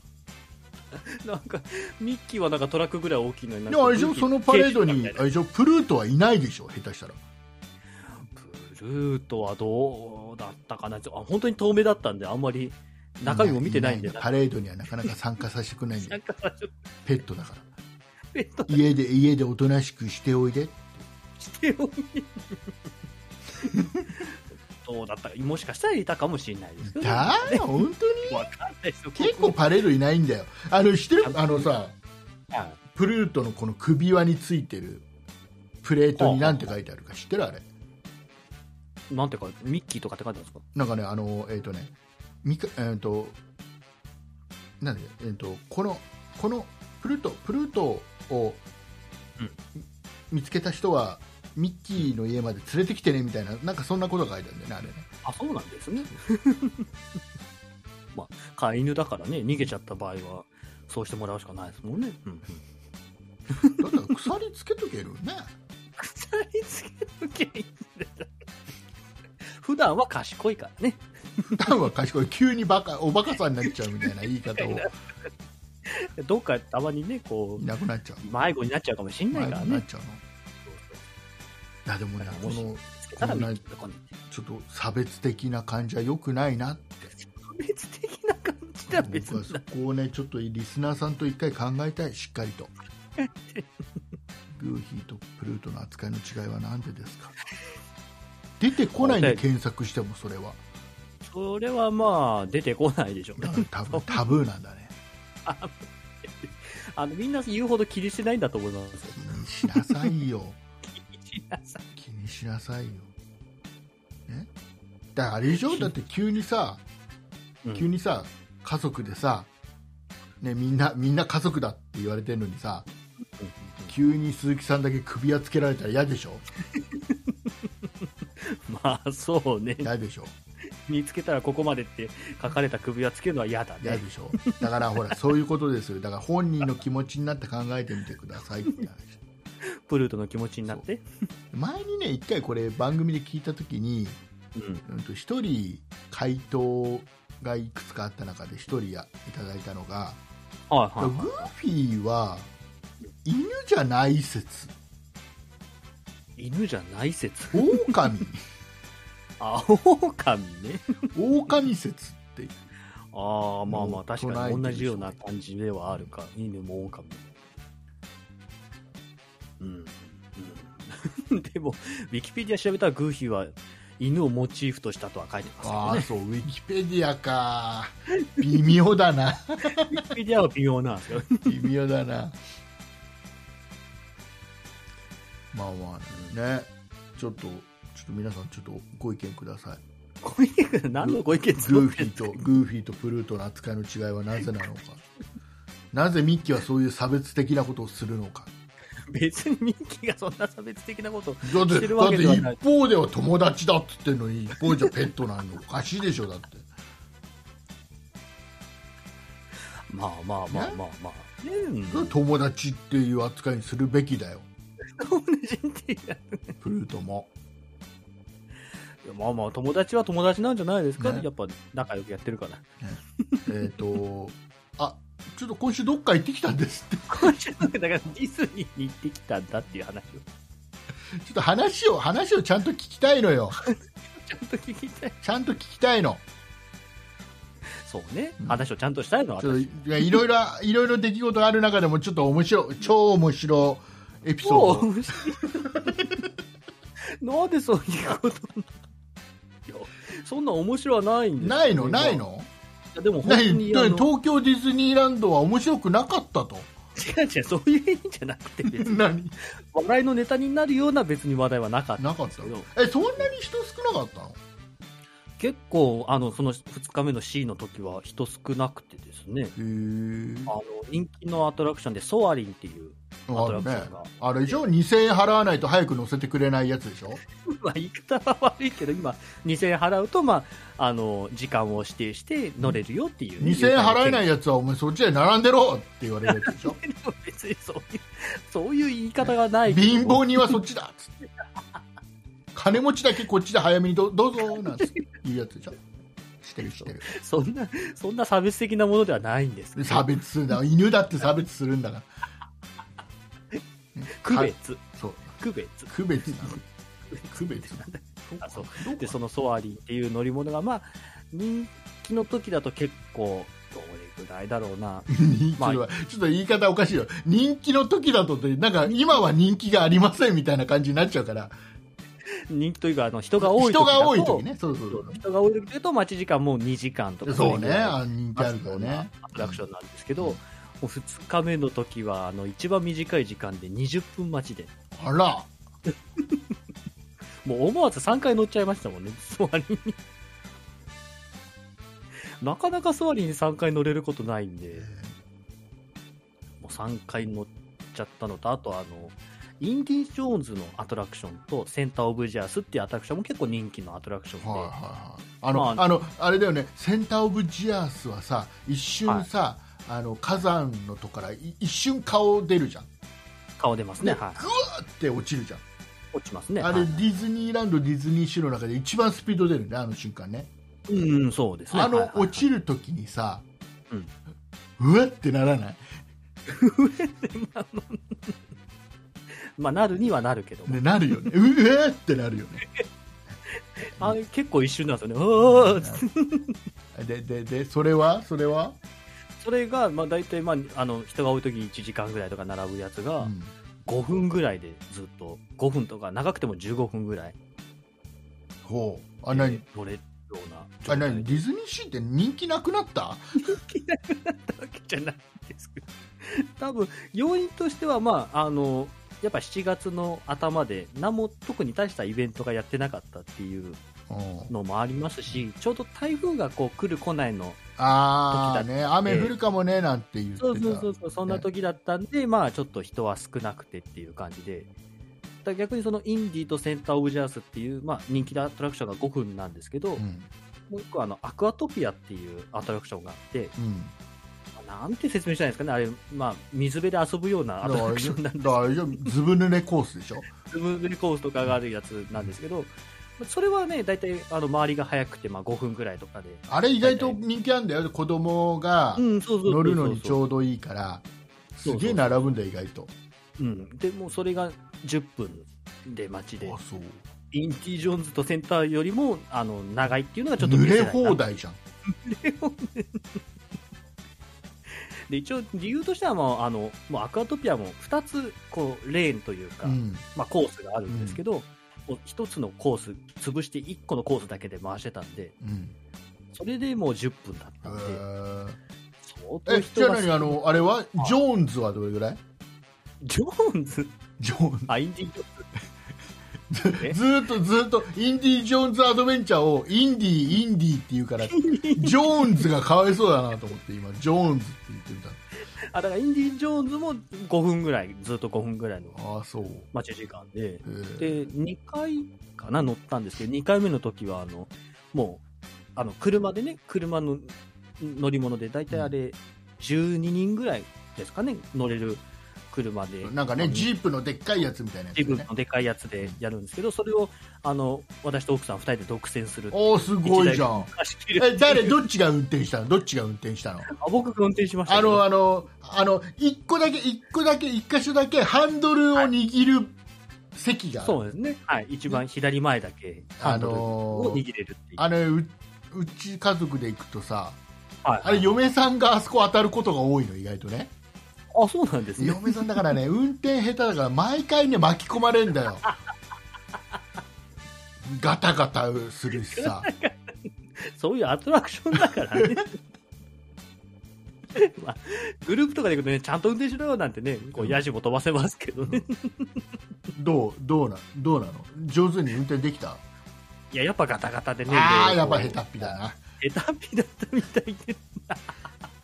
S2: ら
S3: [LAUGHS] なんか、ミッキーはなんかトラックぐらい大きいのになん
S2: で
S3: か
S2: もあれでしょそのパレード
S3: ケキ
S2: に
S3: みたい
S2: あ
S3: な
S2: れでしょプルートはいないでしょ下手したら
S3: プルートはどうだったかな、ちょあ本当に遠目だったんで、あんまり中身も見てないんで、
S2: パレードにはなかなか参加させてくれな
S3: [LAUGHS]
S2: いん
S3: な
S2: で
S3: んかちょっ
S2: ペットだから
S3: とペット
S2: 家で家でおとなしくしておいで
S3: しておいてどうだったか、もしかしたらいたかもしれないですけど、わ
S2: だよ本当に
S3: かんないですよ、
S2: 結構パレードいないんだよあの知ってるあのさ
S3: はい
S2: プルートのこの首輪についてるプレートに
S3: はあ
S2: 何て書いてあるか知ってるあれ
S3: なんていうか、ミッキーとかって書いてあるんですか
S2: なんかねあのえっ、とねみかえっ、となんでえっ、とこのこのプルートプルートを、
S3: うん
S2: 見つけた人はミッキーの家まで連れてきてねみたいななんかそんなことが書いてあるんだよねあれね
S3: あ、そうな
S2: [LAUGHS]
S3: んですね。まあ、飼い犬だからね、逃げちゃった場合は、そうしてもらうしかないですもんね。うん。
S2: だったら鎖つけとけるね
S3: [LAUGHS] 鎖付けの原因で普段は賢いからね。
S2: 普段は賢い急にバカおバカさんになっちゃうみたいな言い方をい
S3: どっかたまにね、こう、
S2: なくなっちゃう
S3: 迷子になっちゃうかもしんないから
S2: なっ
S3: ね。
S2: ちゃうのいやでもねこの
S3: つけたらミッキーとかに。
S2: ちょっと差別的な感じは良くないなって
S3: 別的な感じでは別
S2: 僕は
S3: に
S2: そこをねちょっとリスナーさんと一回考えたいしっかりとルーヒーとプルートの扱いの違いは何でですか出てこないんで検索してもそれは
S3: それはまあ、出てこないでしょうね
S2: だ。から多分タブーなんだね
S3: あの、みんな言うほど気にしてないんだと思いますよ
S2: 気。にしなさいよ
S3: [LAUGHS] 気にしなさい
S2: 気にしなさいよ、ね、だからあれでしょだって急にさ、
S3: うん
S2: 急にさ家族でさ、ね、みんなみんな家族だって言われてるのにさ急に鈴木さんだけ首輪つけられたら嫌でしょ
S3: [LAUGHS] まあ、そうね。
S2: 嫌でしょ
S3: 見つけたらここまでって書かれた首輪つけるのは嫌だ
S2: 嫌
S3: ね。
S2: でしょだからほらそういうことですよだから本人の気持ちになって考えてみてくださいって話
S3: プルートの気持ちになって。
S2: 前にね一回これ番組で聞いた時に
S3: うん。
S2: うんと一人回答がいくつかあった中で一人やいただいたのが、
S3: はい
S2: グ
S3: は
S2: ーフィーは犬じゃない説
S3: い。犬じゃない説。
S2: 狼
S3: あ、 [LAUGHS] 狼ね。
S2: 狼説って
S3: ああ、まあま
S2: も
S3: あ、
S2: う
S3: 確か
S2: 唱えてる
S3: に
S2: でしょ
S3: 同じような感じではあるか。犬も狼も。うん。うん、 [LAUGHS] でも、ウィキペディア調べたらグーフィーは犬をモチーフとしたとは書いてますけど
S2: あ
S3: ね
S2: あ。そうウィキペディアか微妙だな
S3: ウィキペディアは微妙なん [LAUGHS] ですよ。
S2: 微妙だなまあまあねちょっとちょっと皆さんちょっとご意見ください
S3: ご意見、何のご意見
S2: グー
S3: 募っ
S2: フ
S3: て
S2: ィ
S3: ん
S2: ー
S3: です
S2: と
S3: [LAUGHS] か
S2: グーフィーとプルートの扱いの違いはなぜなのかなぜミッキーはそういう差別的なことをするのか
S3: 別にミッキーがそんな差別的なこと。
S2: だっ
S3: しててる
S2: だっ
S3: わ
S2: て
S3: けではない
S2: 一方では友達だっつってんのに一方じゃペットなんのおかしいでしょだって
S3: まあまあまあまあまあ。ねうん。
S2: 友達っていう扱いにするべきだよ
S3: 友達って言
S2: プルートも
S3: うまあまあ、友達は友達なんじゃないですか、
S2: ね
S3: やっぱ仲良くやってるから。
S2: えっ、とあちょっと今週どっか行ってきたんですって
S3: 今週のだからディズニーに行ってきたんだっていう話を
S2: ちょっと話を話をちゃんと聞きたいのよ
S3: ちゃんと聞きたい。
S2: ちゃんと聞きたいの
S3: [LAUGHS] そうね
S2: うん。
S3: 話をちゃんとしたいのは
S2: ちょっと
S3: 私。
S2: いやいろいろいろいろ出来事がある中でもちょっと面白い超面白いエピソードを
S3: 面白い。 [LAUGHS] なんでそういうことにいやそんな面白はないんですよ
S2: ないのないの
S3: いやでも本
S2: な
S3: 当
S2: い
S3: にあの
S2: 東京ディズニーランドは面白くなかったと
S3: 違う違うそういう意味じゃなくて
S2: [LAUGHS]
S3: 別に
S2: 何
S3: 笑いのネタになるような別に話題はなかった
S2: なかったのえそんなに人少なかったの
S3: 結構あのその2日目の C の時は人少なくてですね
S2: へー
S3: あの人気のアトラクションでソアリンっていうア
S2: あ
S3: ト
S2: る
S3: ラクシ
S2: ね
S3: ョンが、
S2: あれでしょ2000円払わないと早く乗せてくれないやつでしょ
S3: [LAUGHS] まあ言い方は悪いけど今2000円払うと、まあ、あの時間を指定して乗れるよっていう、
S2: 2000円払えない
S3: [LAUGHS]
S2: いやつはお前そっちで並んでろって言われるやつでしょ
S3: 別にそういうそういう言い方がないけど
S2: 貧乏人はそっちだっつって金持ちだけこっちで早めにどどうぞなん [LAUGHS] つって言うやつでしょしてるしてる
S3: そんなそんな差別的なものではないんです
S2: で差別するんだ犬だって差別するんだから
S3: 区別
S2: そう
S3: 区別
S2: 区別なの区別なの
S3: あそう
S2: どう
S3: でそのソアリンっていう乗り物がまあ人気の時だと結構どれぐらいだろうな
S2: 人気
S3: まあ
S2: はちょっと言い方おかしいよ人気の時だとってなんか今は人気がありませんみたいな感じになっちゃうから
S3: 人気というかあの人が多い
S2: 人
S3: 時だと
S2: が多い時ねそうそうそう
S3: 人が多い時というと待ち時間も2時間とか
S2: そう
S3: れぐ
S2: ね、
S3: らい
S2: あ人気あるからね。
S3: アトラクションなんですけど、う2日目の時は、あの、一番短い時間で20分待ちで、
S2: あら
S3: もう思わず3回乗っちゃいましたもんね、 [LAUGHS] 座りに。なかなか座りに3回乗れることないんで、もう3回乗っちゃったのと、あとあの、インディ・ジョーンズのアトラクションとセンター・オブ・ジャースっていうアトラクションも結構人気のアトラクションで、
S2: はいはいはいあの、
S3: まあ
S2: あ、のあれだよねセンターオブジアースはさ一瞬さ、あの火山のとこからい一瞬顔出るじゃん
S3: 顔出ますね、はい、
S2: グワーって落ちるじゃん、
S3: 落ちますね。
S2: あれ
S3: は
S2: デ
S3: い
S2: ィズニーランドディズニーシーの中で一番スピード出るねあの瞬間ね
S3: うん、そうですね。
S2: あ
S3: はい
S2: の
S3: はいはい
S2: 落ちる時にさ、
S3: う
S2: うわってならない
S3: まあ、なるにはなるけど、
S2: ねなるよねうわってなるよね
S3: あれ結構一瞬なんですよね。 [LAUGHS] おーっつって
S2: でででそれはそれは、
S3: それが、まあ、大体、まあ、あの、人が多い時に1時間ぐらいとか並ぶやつ
S2: う
S3: が、
S2: ん
S3: 5分ぐらいでずっと、5分とか、長くても15分ぐらい
S2: ほうあ何
S3: 乗れるような
S2: あ
S3: 状態
S2: 何ディズニーシーって人気なくなった
S3: わけじゃないんですけど、 [LAUGHS] 多分要因としては、まあ、あのやっぱ7月の頭で、何も特に大したイベントがやってなかったっていう
S2: うん
S3: のもありますし、ちょうど台風がこう来る、来ないの、
S2: ああ
S3: 時
S2: ね雨降るかもねなんて言ってた
S3: そうそうそうそう、そんな時だったんで、まあ、ちょっと人は少なくてっていう感じで。だから逆にそのインディとセンター・オブ・ジャースっていう、まあ、人気のアトラクションが5分なんですけど、
S2: うん
S3: もう一個あのアクアトピアっていうアトラクションがあって、
S2: うん
S3: なんて説明したらいいんですかね、あれ、まあ、水辺で遊ぶようなア
S2: だか
S3: トラ
S2: ら
S3: クションなんですけ [LAUGHS] ど
S2: だからずぶ濡れコースでしょ
S3: ズームレコースとかがあるやつなんですけど、それはね、大体あの周りが早くて、まあ、5分ぐらいとかで、
S2: あれ意外と人気あんだよ子供が
S3: うん、そうそうそうそう
S2: 乗るのにちょうどいいからすげえ並ぶんだよ意外と
S3: うん、でもうそれが10分で待ちで
S2: あ、そう
S3: インディ・ジョーンズとセンターよりもあの長いっていうのがちょっと
S2: 濡
S3: 見せ
S2: れ
S3: ないな
S2: 放題じゃん
S3: で一応、理由としては、まあ、あのもうアクアトピアも2つこうレーンというか、
S2: うん
S3: まあ、コースがあるんですけど、もう1つのコース、潰して1個のコースだけで回してたんで、
S2: うん
S3: それでもう10分だっ
S2: へ
S3: たんで、
S2: ー
S3: 相当
S2: えじ
S3: 人
S2: ゃ
S3: が
S2: あ何あのあれはジョーンズはどれぐらい
S3: ジョーンズ
S2: ジョーン
S3: あ、インディ・ジョーンズ。
S2: [LAUGHS]
S3: ね
S2: ずーっとずーっとインディ・ジョーンズ・アドベンチャーをインディインディって言うからジョーンズがかわいそうだなと思って今ジョーンズって言ってみた
S3: あ、だからインディ・ジョーンズも5分ぐらい、ずっと5分ぐらいの
S2: ああそうへ
S3: 待ち時間で、
S2: ー
S3: で、2回かな、乗ったんですけど、2回目の時は、あの、もう、あの、車でね、車の乗り物で、だいたいあれ、12人ぐらいですかね、乗れる車で。
S2: なんか
S3: あ
S2: ね、
S3: の
S2: ジープのでっかいやつみたいなやつ
S3: ジ
S2: よ
S3: ブ
S2: ね。
S3: のでかいやつでやるんですけど、それを、あの、私と奥さん2人で独占するっていう。
S2: おー、すごいじゃん。
S3: 貸し切り
S2: え、誰、どっちが運転したのどっちが運転したの
S3: あ僕が運転しました
S2: あ
S3: けど。
S2: の、あの、あの、一個だけ、一個だけ、一箇所だけハンドルを握る席がある。
S3: そうですね。はい。一番左前だけ、ハ
S2: あ
S3: ンドル
S2: の
S3: を
S2: ー
S3: 握れるっていう。
S2: あれう、うち家族で行くとさ、
S3: はい、
S2: あれ、嫁さんがあそこ当たることが多いの、意外とね。
S3: あ、そうなんですね。
S2: 嫁さんだからね、運転下手だから、毎回ね、巻き込まれんだよ。ガタガタするしさ。
S3: そういうアトラクションだから [LAUGHS] ね。まあ、グループとかで行くとね、ちゃんと運転しろよなんてね、こう、ヤジも飛ばせますけどね。
S2: どう、どうな、どうなの上手に運転できた
S3: いや、やっぱガタガタでね。
S2: ああ
S3: い
S2: や
S3: ろ
S2: っ
S3: いろ
S2: ぱ下手っぴだな
S3: 下手っぴだったみたいで。だか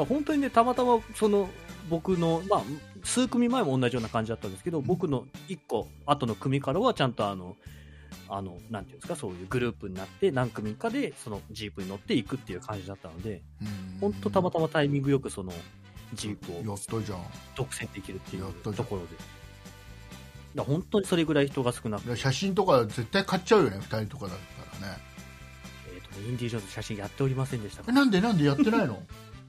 S3: ら [LAUGHS] 本当にね、たまたま、その、僕の、まあ、数組前も同じような感じだったんですけど、僕の1個後の組からは、ちゃんとあの、あの、なんていうんですか、そういうグループになって、何組かで、そのジープに乗っていくっていう感じだったので、本当たまたまタイミングよく、その、ジープ
S2: や
S3: を
S2: ったじゃん
S3: 独占できるってい
S2: や
S3: う
S2: ったじゃん
S3: ところで。だから本当にそれぐらい人が少なくて、
S2: いや写真とか絶対買っちゃうよね2人とかだったらね
S3: えーとねインディ・ジョーンズ写真やっておりませんでした
S2: えなんでなんでやってないの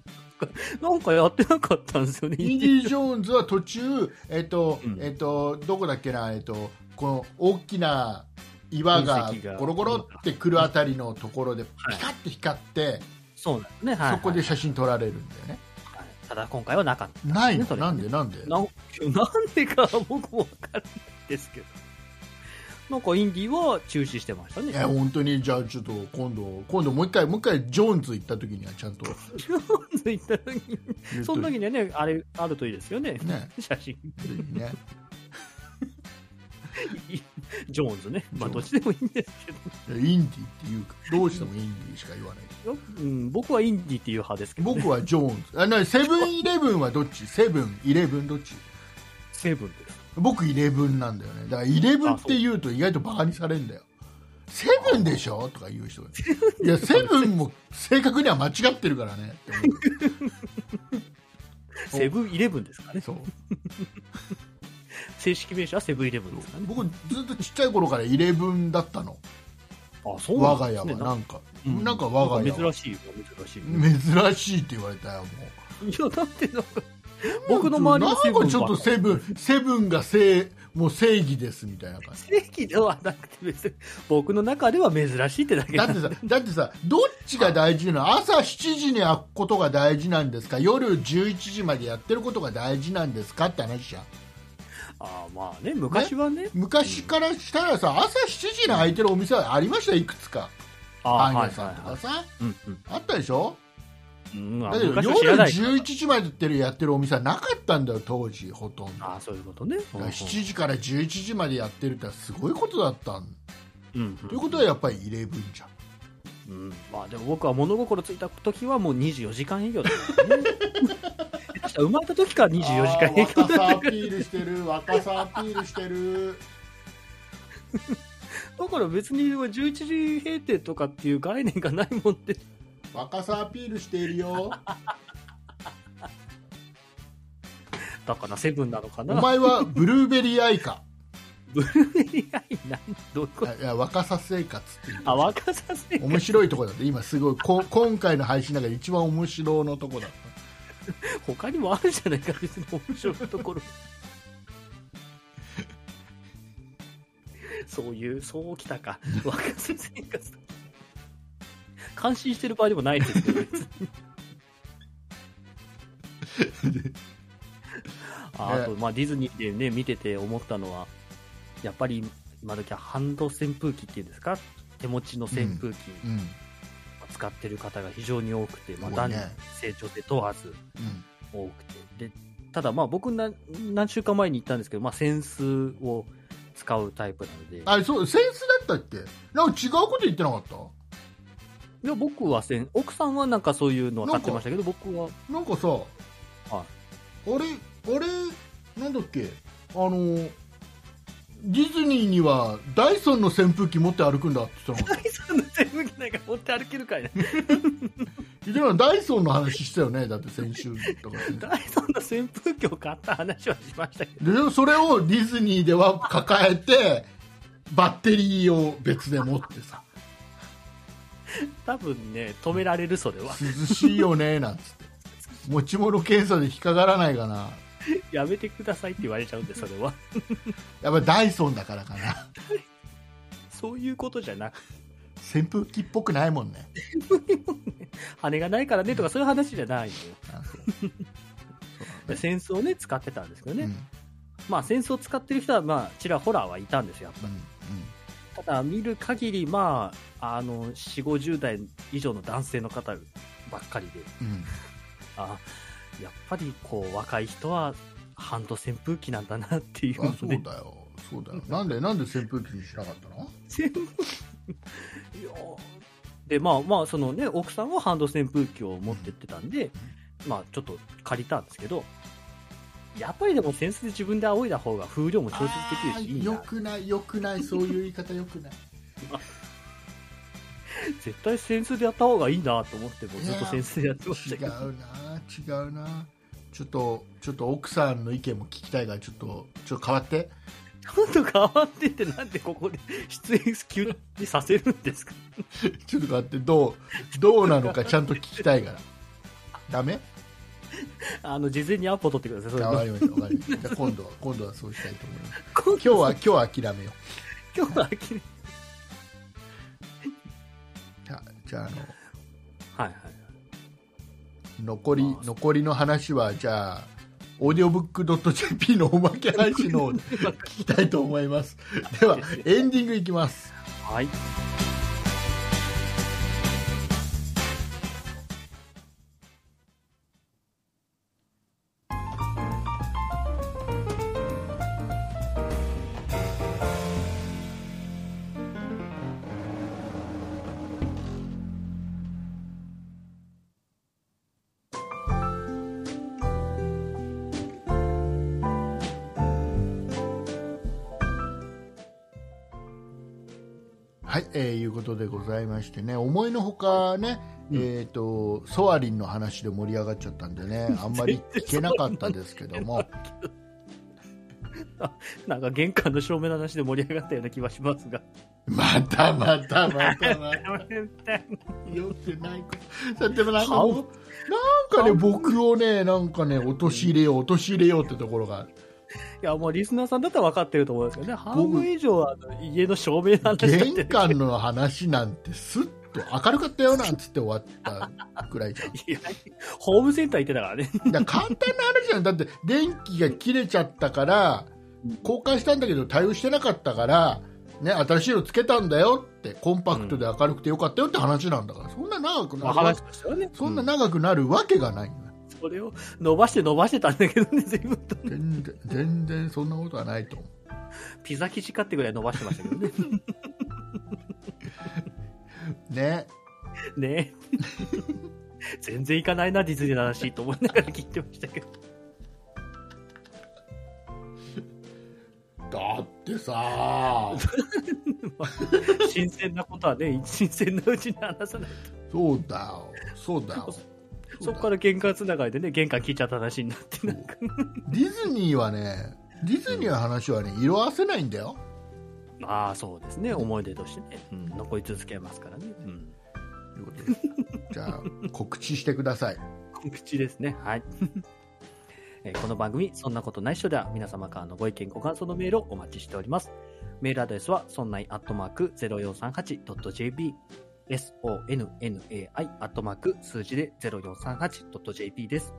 S3: [LAUGHS] なんかやってなかったんですよね。
S2: インディ・ジョーンズは途中えっ、と、
S3: うん
S2: えっ、とどこだっけなえっ、とこの大きな岩が
S3: 隕石が
S2: ゴロゴロってくるあたりのところでピ
S3: はい
S2: カッて光って、
S3: [LAUGHS] そうなんですね。はい、
S2: そこで写真撮られるんだよね、
S3: はいただ今回はなかった。
S2: ない
S3: そ
S2: の
S3: れ
S2: なんでなんで
S3: ななんでか僕もわからないですけど。なんかインディーは中止してましたね [LAUGHS]
S2: え。本当にじゃあちょっと今度今度もう一回もう一回ジョーンズ行った時にはちゃんと
S3: ついた時にその時にはね、あれ、あるといいですよね。
S2: ね
S3: 写真。 [LAUGHS]
S2: ぜひね
S3: ジョーンズね。まあ、
S2: ジョーンズ
S3: どっちでもいいんですけ
S2: いやインディっていうかどうしてもインディしか言わない
S3: ど、うん、僕はインディーっていう派ですけど、ね、
S2: 僕はジョーンズあなセブンイレブンはどっちセブンイレブンどっち
S3: セブンです。
S2: 僕イレブンなんだよねだからイレブンって言うと意外とバカにされるんだよセブンでしょとか言う人
S3: [LAUGHS]
S2: がいやセブンも正確には間違ってるから
S3: [LAUGHS]
S2: ねって思うお
S3: セブンイレブンですかね。
S2: そう
S3: 正式名称はセブンイレブンですかね。
S2: 僕ずっとちっちゃい頃からイレブンだったの
S3: あ、そう
S2: 我
S3: な
S2: が
S3: ん
S2: 家
S3: で
S2: は
S3: すね。
S2: なんか、
S3: うん
S2: なんか我が家は
S3: 珍しいよ、珍しいよ。
S2: 珍しいって言われたよもう
S3: いや、だってなんか、 [LAUGHS] 僕の周りのセブン
S2: なんかちょっとセブンセブンが正もう正義ですみたいな感じ
S3: 正規ではなくて別に、僕の中では珍しいってだけ
S2: だ
S3: なん
S2: っ
S3: で
S2: てさ、だってさ、どっちが大事なの朝7時に開くことが大事なんですか夜11時までやってることが大事なんですかって話じゃん。
S3: ああまあね、昔はね。
S2: 昔からしたらさ、朝7時に開いてるお店はありましたいくつか。
S3: ああ、
S2: パン
S3: はい
S2: 屋
S3: は
S2: さんと
S3: いは
S2: か
S3: い。
S2: さ、
S3: うんうん
S2: あったでしょ
S3: うんあ
S2: だけど
S3: 昔
S2: 夜
S3: は知らないから
S2: 11時までやってるやってるお店はなかったんだよ、当時、ほとんど。だ
S3: ああ、そういうことね。
S2: から7時から11時までやってるってのはすごいことだったん
S3: うんうん
S2: ということはやっぱりイレブンじゃん。
S3: うんまあでも僕は物心ついた時はもう24時間営業だったからね
S2: [LAUGHS]
S3: 確か生まれた時から24時間営業だ
S2: あー若さアピールしてる、若さアピールしてる。
S3: だから別に11時閉店とかっていう概念がないもんで
S2: 若さアピールしているよ
S3: だからセブンなのか
S2: お
S3: [LAUGHS] な
S2: 前はブルーベリーアイカ
S3: ブルーベリーアイ何どういうこと
S2: あいや若さ生活っていう
S3: あ若させ
S2: 面白いとこだって今すごいこ今回の配信の中で一番面白のとこだっ
S3: 他にもあるじゃないか別に面白い
S2: [LAUGHS]
S3: ところそういうそうき
S2: [LAUGHS]
S3: たか若さ生活感心してる場合でもないですけど別
S2: [LAUGHS]
S3: にああと、まあ、ディズニーで、ね、見てて思ったのはやっぱり今時はハンド扇風機っていうんですか手持ちの扇風機
S2: た、うん
S3: 使ってる方が非常に多くて、まあ、
S2: 多い
S3: 男
S2: ね
S3: 女成長で問わず、多くてでただまあ僕な何週間前に行ったんですけど、まあ、扇子を使うタイプなので
S2: あれそうセンスだったっけなんか違うこと言ってなかった
S3: いや僕はせん奥さんはなんかそういうのは買ってましたけど僕は
S2: なんかさ、あれあれなんだっけあのディズニーにはダイソンの扇風機持って歩くんだって言ってなかっ
S3: 大さんの全部なんか持って歩けるかいな
S2: た言ってなかったダイソンの話したよねだって先週とか先々週
S3: 大さんの扇風機を買った話はしましたけど
S2: でそれをディズニーでは抱えてバッテリーを別で持ってさ
S3: 多分ね止められるそれは
S2: 涼しいよねなんつって持ち物検査で引っかからないかな
S3: やめてくださいって言われちゃうんでそれは
S2: やっぱりダイソンだからかな
S3: そういうことじゃなくて
S2: 扇風機っぽくないもんね
S3: 羽がないからねとかそういう話じゃないのよ
S2: あ
S3: [LAUGHS]
S2: そう
S3: で扇子をね使ってたんですけど
S2: うん
S3: ね、
S2: うん
S3: まあ扇子を使ってる人はまあちらほらはいたんですよ
S2: うん
S3: ただ見る限りまああの4 5 0代以上の男性の方ばっかりで
S2: うん
S3: あやっぱりこう若い人はハンド扇風機なんだなっていう
S2: あ
S3: の
S2: そう
S3: で
S2: だよそうだよなんでなんで扇風機にしなかったの
S3: 全部いやー [LAUGHS] でまあまあそのね奥さんはハンド扇風機を持ってってたんで、まあちょっと借りたんですけどやっぱりでも扇子で自分で仰いだ方が風量も調節できるしいい
S2: よ
S3: な
S2: くないよくないそういう言い方よくない
S3: 絶対扇子でやった方がいいなと思ってもうずっと扇子でやってまし
S2: 違
S3: たけ [LAUGHS] ど
S2: うな違うなちょっとちょっと奥さんの意見も聞きたいからちょっとちょっと変わって
S3: ちょっと変わってってなんでここで出演急にさせるんですか
S2: ちょっと待ってどうどうなのかちゃんと聞きたいからダメ
S3: あの事前にアポ取ってくださいそれ
S2: わかりましたわかりましたじゃあ今度は今度はそうしたいと思います
S3: 今
S2: 今日は今日は諦めよ
S3: 今日はきれ
S2: うじゃあじゃああ
S3: はいはい
S2: の残り残りの話はじゃあオーディオブックドット JP のおまけ配信の方で聞きたいと思います。では、エンディングいきます。
S3: はい。
S2: はい、えーいうことでございましてね、思いのほかね、
S3: うん
S2: えっ、と、ソアリンの話で盛り上がっちゃったんでね、あんまり聞けなかったですけども、
S3: なんか玄関の照明の話で盛り上がったような気はしますが。
S2: またまたまたまた。酔ってないことそうでもなんかもうなんかね僕をねなんかね陥れよう陥れようってところが
S3: いや、もうリスナーさんだったら分かってると思うんですけどね。半分以上はあの家の照明の話だって
S2: 玄関の話なんてすっと明るかったよなんつって終わったくらいじゃん
S3: いやホームセンター行ってたからね。
S2: だから簡単な話じゃんだって電気が切れちゃったから交換したんだけど対応してなかったからね、新しいのつけたんだよってコンパクトで明るくてよかったよって話なんだから、そんな長く
S3: まあ
S2: な
S3: 話
S2: る
S3: としてはね。
S2: そんな長くなるわけがない、
S3: それを伸ばして伸ばしてたんだけどね、全部。
S2: 全然全然そんなことはないと思う
S3: ピザ生地かってぐらい伸ばしてましたけどね。
S2: ね
S3: ね全然行かないな、ディズニーの話と思いながら聞いてましたけど。
S2: だってさ
S3: 新鮮なことはね、新鮮なうちに話さない。
S2: そうだよそうだよ
S3: そこから玄関つながりでね、玄関聞いちゃった話になって
S2: そ
S3: な
S2: うディズニーはねディズニーの話はね色あせないんだよ
S3: ああ、そうですね。思い出としてね。うん、残り続けますからね。うん。
S2: ということでじゃあ告知してください
S3: 告知ですね。はい。えーこの番組、そんなことないっしょでは、皆様からのご意見、ご感想のメールをお待ちしております。メールアドレスは、そんないアットマーク 0438.jp、sonnai アットマーク数字で 0438.jp です。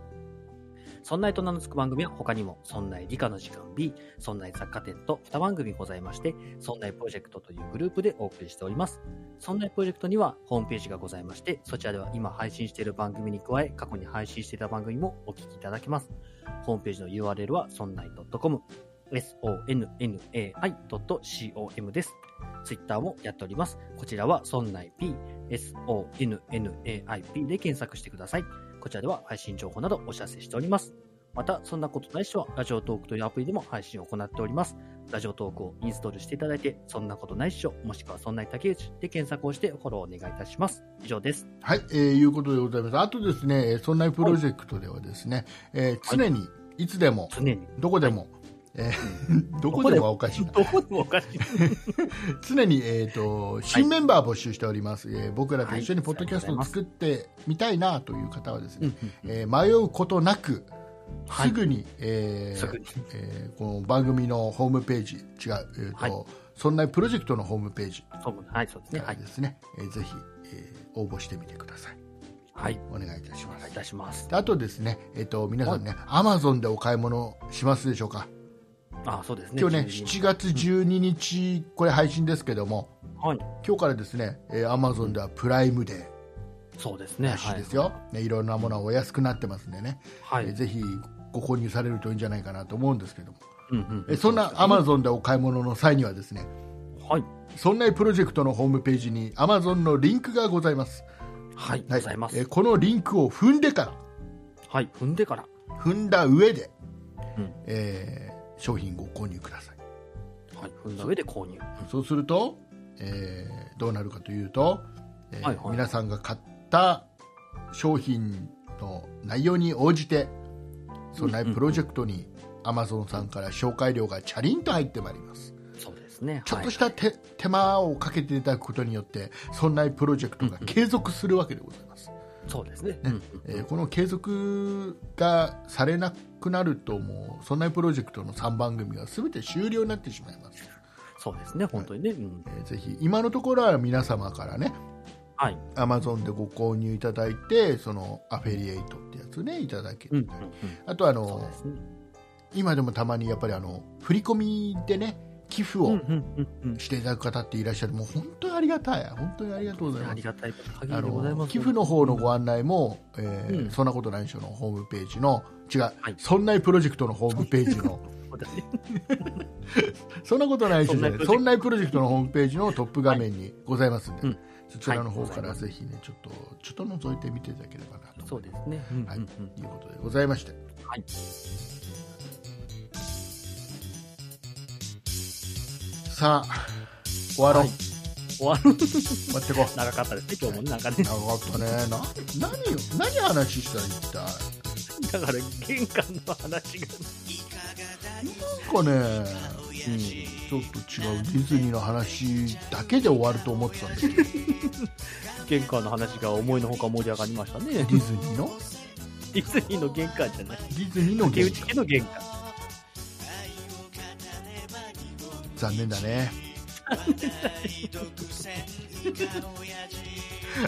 S3: そんないと名の付く番組は他にも、そんない理科の時間 B、そんない雑貨店と2番組ございまして、そんないプロジェクトというグループでお送りしております。そんなプロジェクトにはホームページがございまして、そちらでは今配信している番組に加え、過去に配信していた番組もお聞きいただけます。ホームページの URL はそんない .com、sonnai.com です。ツイッターもやっております。こちらはそんない p、sonnaip で検索してください。こちらでは配信情報などお知らせしております。また、そんなことない人は、ラジオトークというアプリでも配信を行っております。ラジオトークをインストールしていただいて、そんなことないっしょ、もしくはそんな竹内で検索をしてフォローお願いいたします。以上です。
S2: はい、えーいうことでございますあとですねえーそんなプロジェクトではですね、えー常にいつでも
S3: 常に。
S2: どこでも、えー [LAUGHS] どこでもはおかしいな
S3: どこでもおかしい。
S2: 常に、えー、と新メンバー募集しております、えー僕らと一緒に
S3: はい
S2: ポッドキャストを作ってみたいなという方はですね、
S3: うんうん
S2: えー迷うことなく、
S3: はい
S2: すぐに,、えー
S3: すぐに
S2: えーこの番組のホームページ違う、えーと
S3: はい
S2: そんなプロジェクトのホームページ
S3: そうはい、そうですね。
S2: か
S3: は
S2: ら
S3: い
S2: で。すね、えーぜひ、えー応募してみてください
S3: はい。
S2: お願いいたし
S3: お
S2: ま
S3: 願いい
S2: す
S3: たします。
S2: あとですね、えー、と皆さんね、アマゾンでお買い物しますでしょうか、
S3: あ、そうですね。
S2: 今日ね、
S3: 12
S2: 7月12日、これ、配信ですけども、
S3: はい。
S2: 今日からですね、えー、Amazon ではプライムデー
S3: そうですね。
S2: らしい
S3: はい
S2: で。すよ、いね、いろんなものはお安くなってますんでね、
S3: は
S2: えー
S3: い。
S2: ぜひご購入されるといいんじゃないかなと思うんですけども、
S3: うんうん
S2: えーそんな Amazon でお買い物の際にはですね、
S3: はい。
S2: そんなプロジェクトのホームページに Amazon のリンクがございます。
S3: はい。
S2: は
S3: ございま
S2: えー
S3: す。
S2: このリンクを踏んでから、
S3: はい。踏んでから。
S2: 踏んだ上で、
S3: うん
S2: えー商品ご購入ください。
S3: はい。踏んだ上で購入。
S2: そうすると、えーどうなるかというと、えー
S3: はいはい
S2: 皆さんが買った商品の内容に応じて、そんなプロジェクトに Amazon さんから紹介料がチャリンと入ってまいります。
S3: そうですね。
S2: ちょっとし
S3: は
S2: た手,、手間をかけていただくことによって、そんなプロジェクトが継続するわけでございます。
S3: い。そうですね。う
S2: ね
S3: んうん
S2: えーこの継続がされなくなると、もう、そんなプロジェクトの3番組は全て終了になってしまいます。
S3: そうですね。本当にね。うん
S2: えーぜひ今のところは皆様からね、
S3: はい。
S2: アマゾンでご購入いただいてそのアフェリエイトってやつねいただける、あとあ
S3: そう
S2: の
S3: ですね。
S2: 今でもたまにやっぱりあの振り込みでね寄付
S3: うん
S2: を
S3: うんうん
S2: していただく方っていらっしゃる、もう本当にありがたい本当にありがとうござい
S3: うん。あ
S2: ま
S3: り
S2: す
S3: がたいこと限
S2: あ
S3: りでございま
S2: の
S3: す。
S2: 寄付の方のご案内も、えー
S3: うん
S2: そんなことないでしょのホームページの違う、
S3: い
S2: そんないプロジェクトのホームページ
S3: [LAUGHS]
S2: のそんなことないでしょじゃない
S3: そ
S2: そ
S3: ん
S2: んないプロジェクトのホームページのトップ画面にございますんで、
S3: うん
S2: そちらの方
S3: はい
S2: からぜひねちょっとちょっと覗いてみていただければなと
S3: そうですね。うんうんうん
S2: はいいうことでございまして
S3: はい。
S2: さあ終わろう、
S3: はい終わる。
S2: 終わってこう
S3: 長かったですね、今日もねなんかね。
S2: 長かったねな何よ何話したら一体
S3: だから、玄関の話が。
S2: なんかね
S3: うん
S2: ちょっと違うディズニーの話だけで終わると思ってたんだけどデ
S3: 玄関の話が思いのほか盛り上がりましたね。
S2: ィズニーの
S3: ディズニーの玄関じゃない。
S2: ディズニーの
S3: 竹
S2: 玄
S3: 内家
S2: 関
S3: の玄関。
S2: 残念だね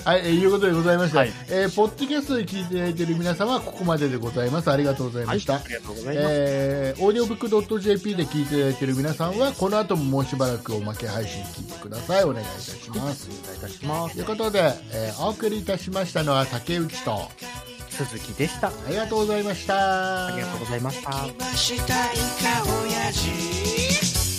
S2: はい、えーいうことでございまして、
S3: はい
S2: えーポッドキャストで聞いていただいている皆様はここまででございますありがとうございました、
S3: ありがとうございます。
S2: えー、オーディオブックドット JP で聞いていただいている皆さんはこの後ももうしばらくおまけ配信聞いてくださいお願いいたします
S3: お願いいたします
S2: ということで、えーお送りいたしましたのは竹内と
S3: 鈴木でした。
S2: ありがとうございました
S3: ありがとうございました。
S1: ましたいか親父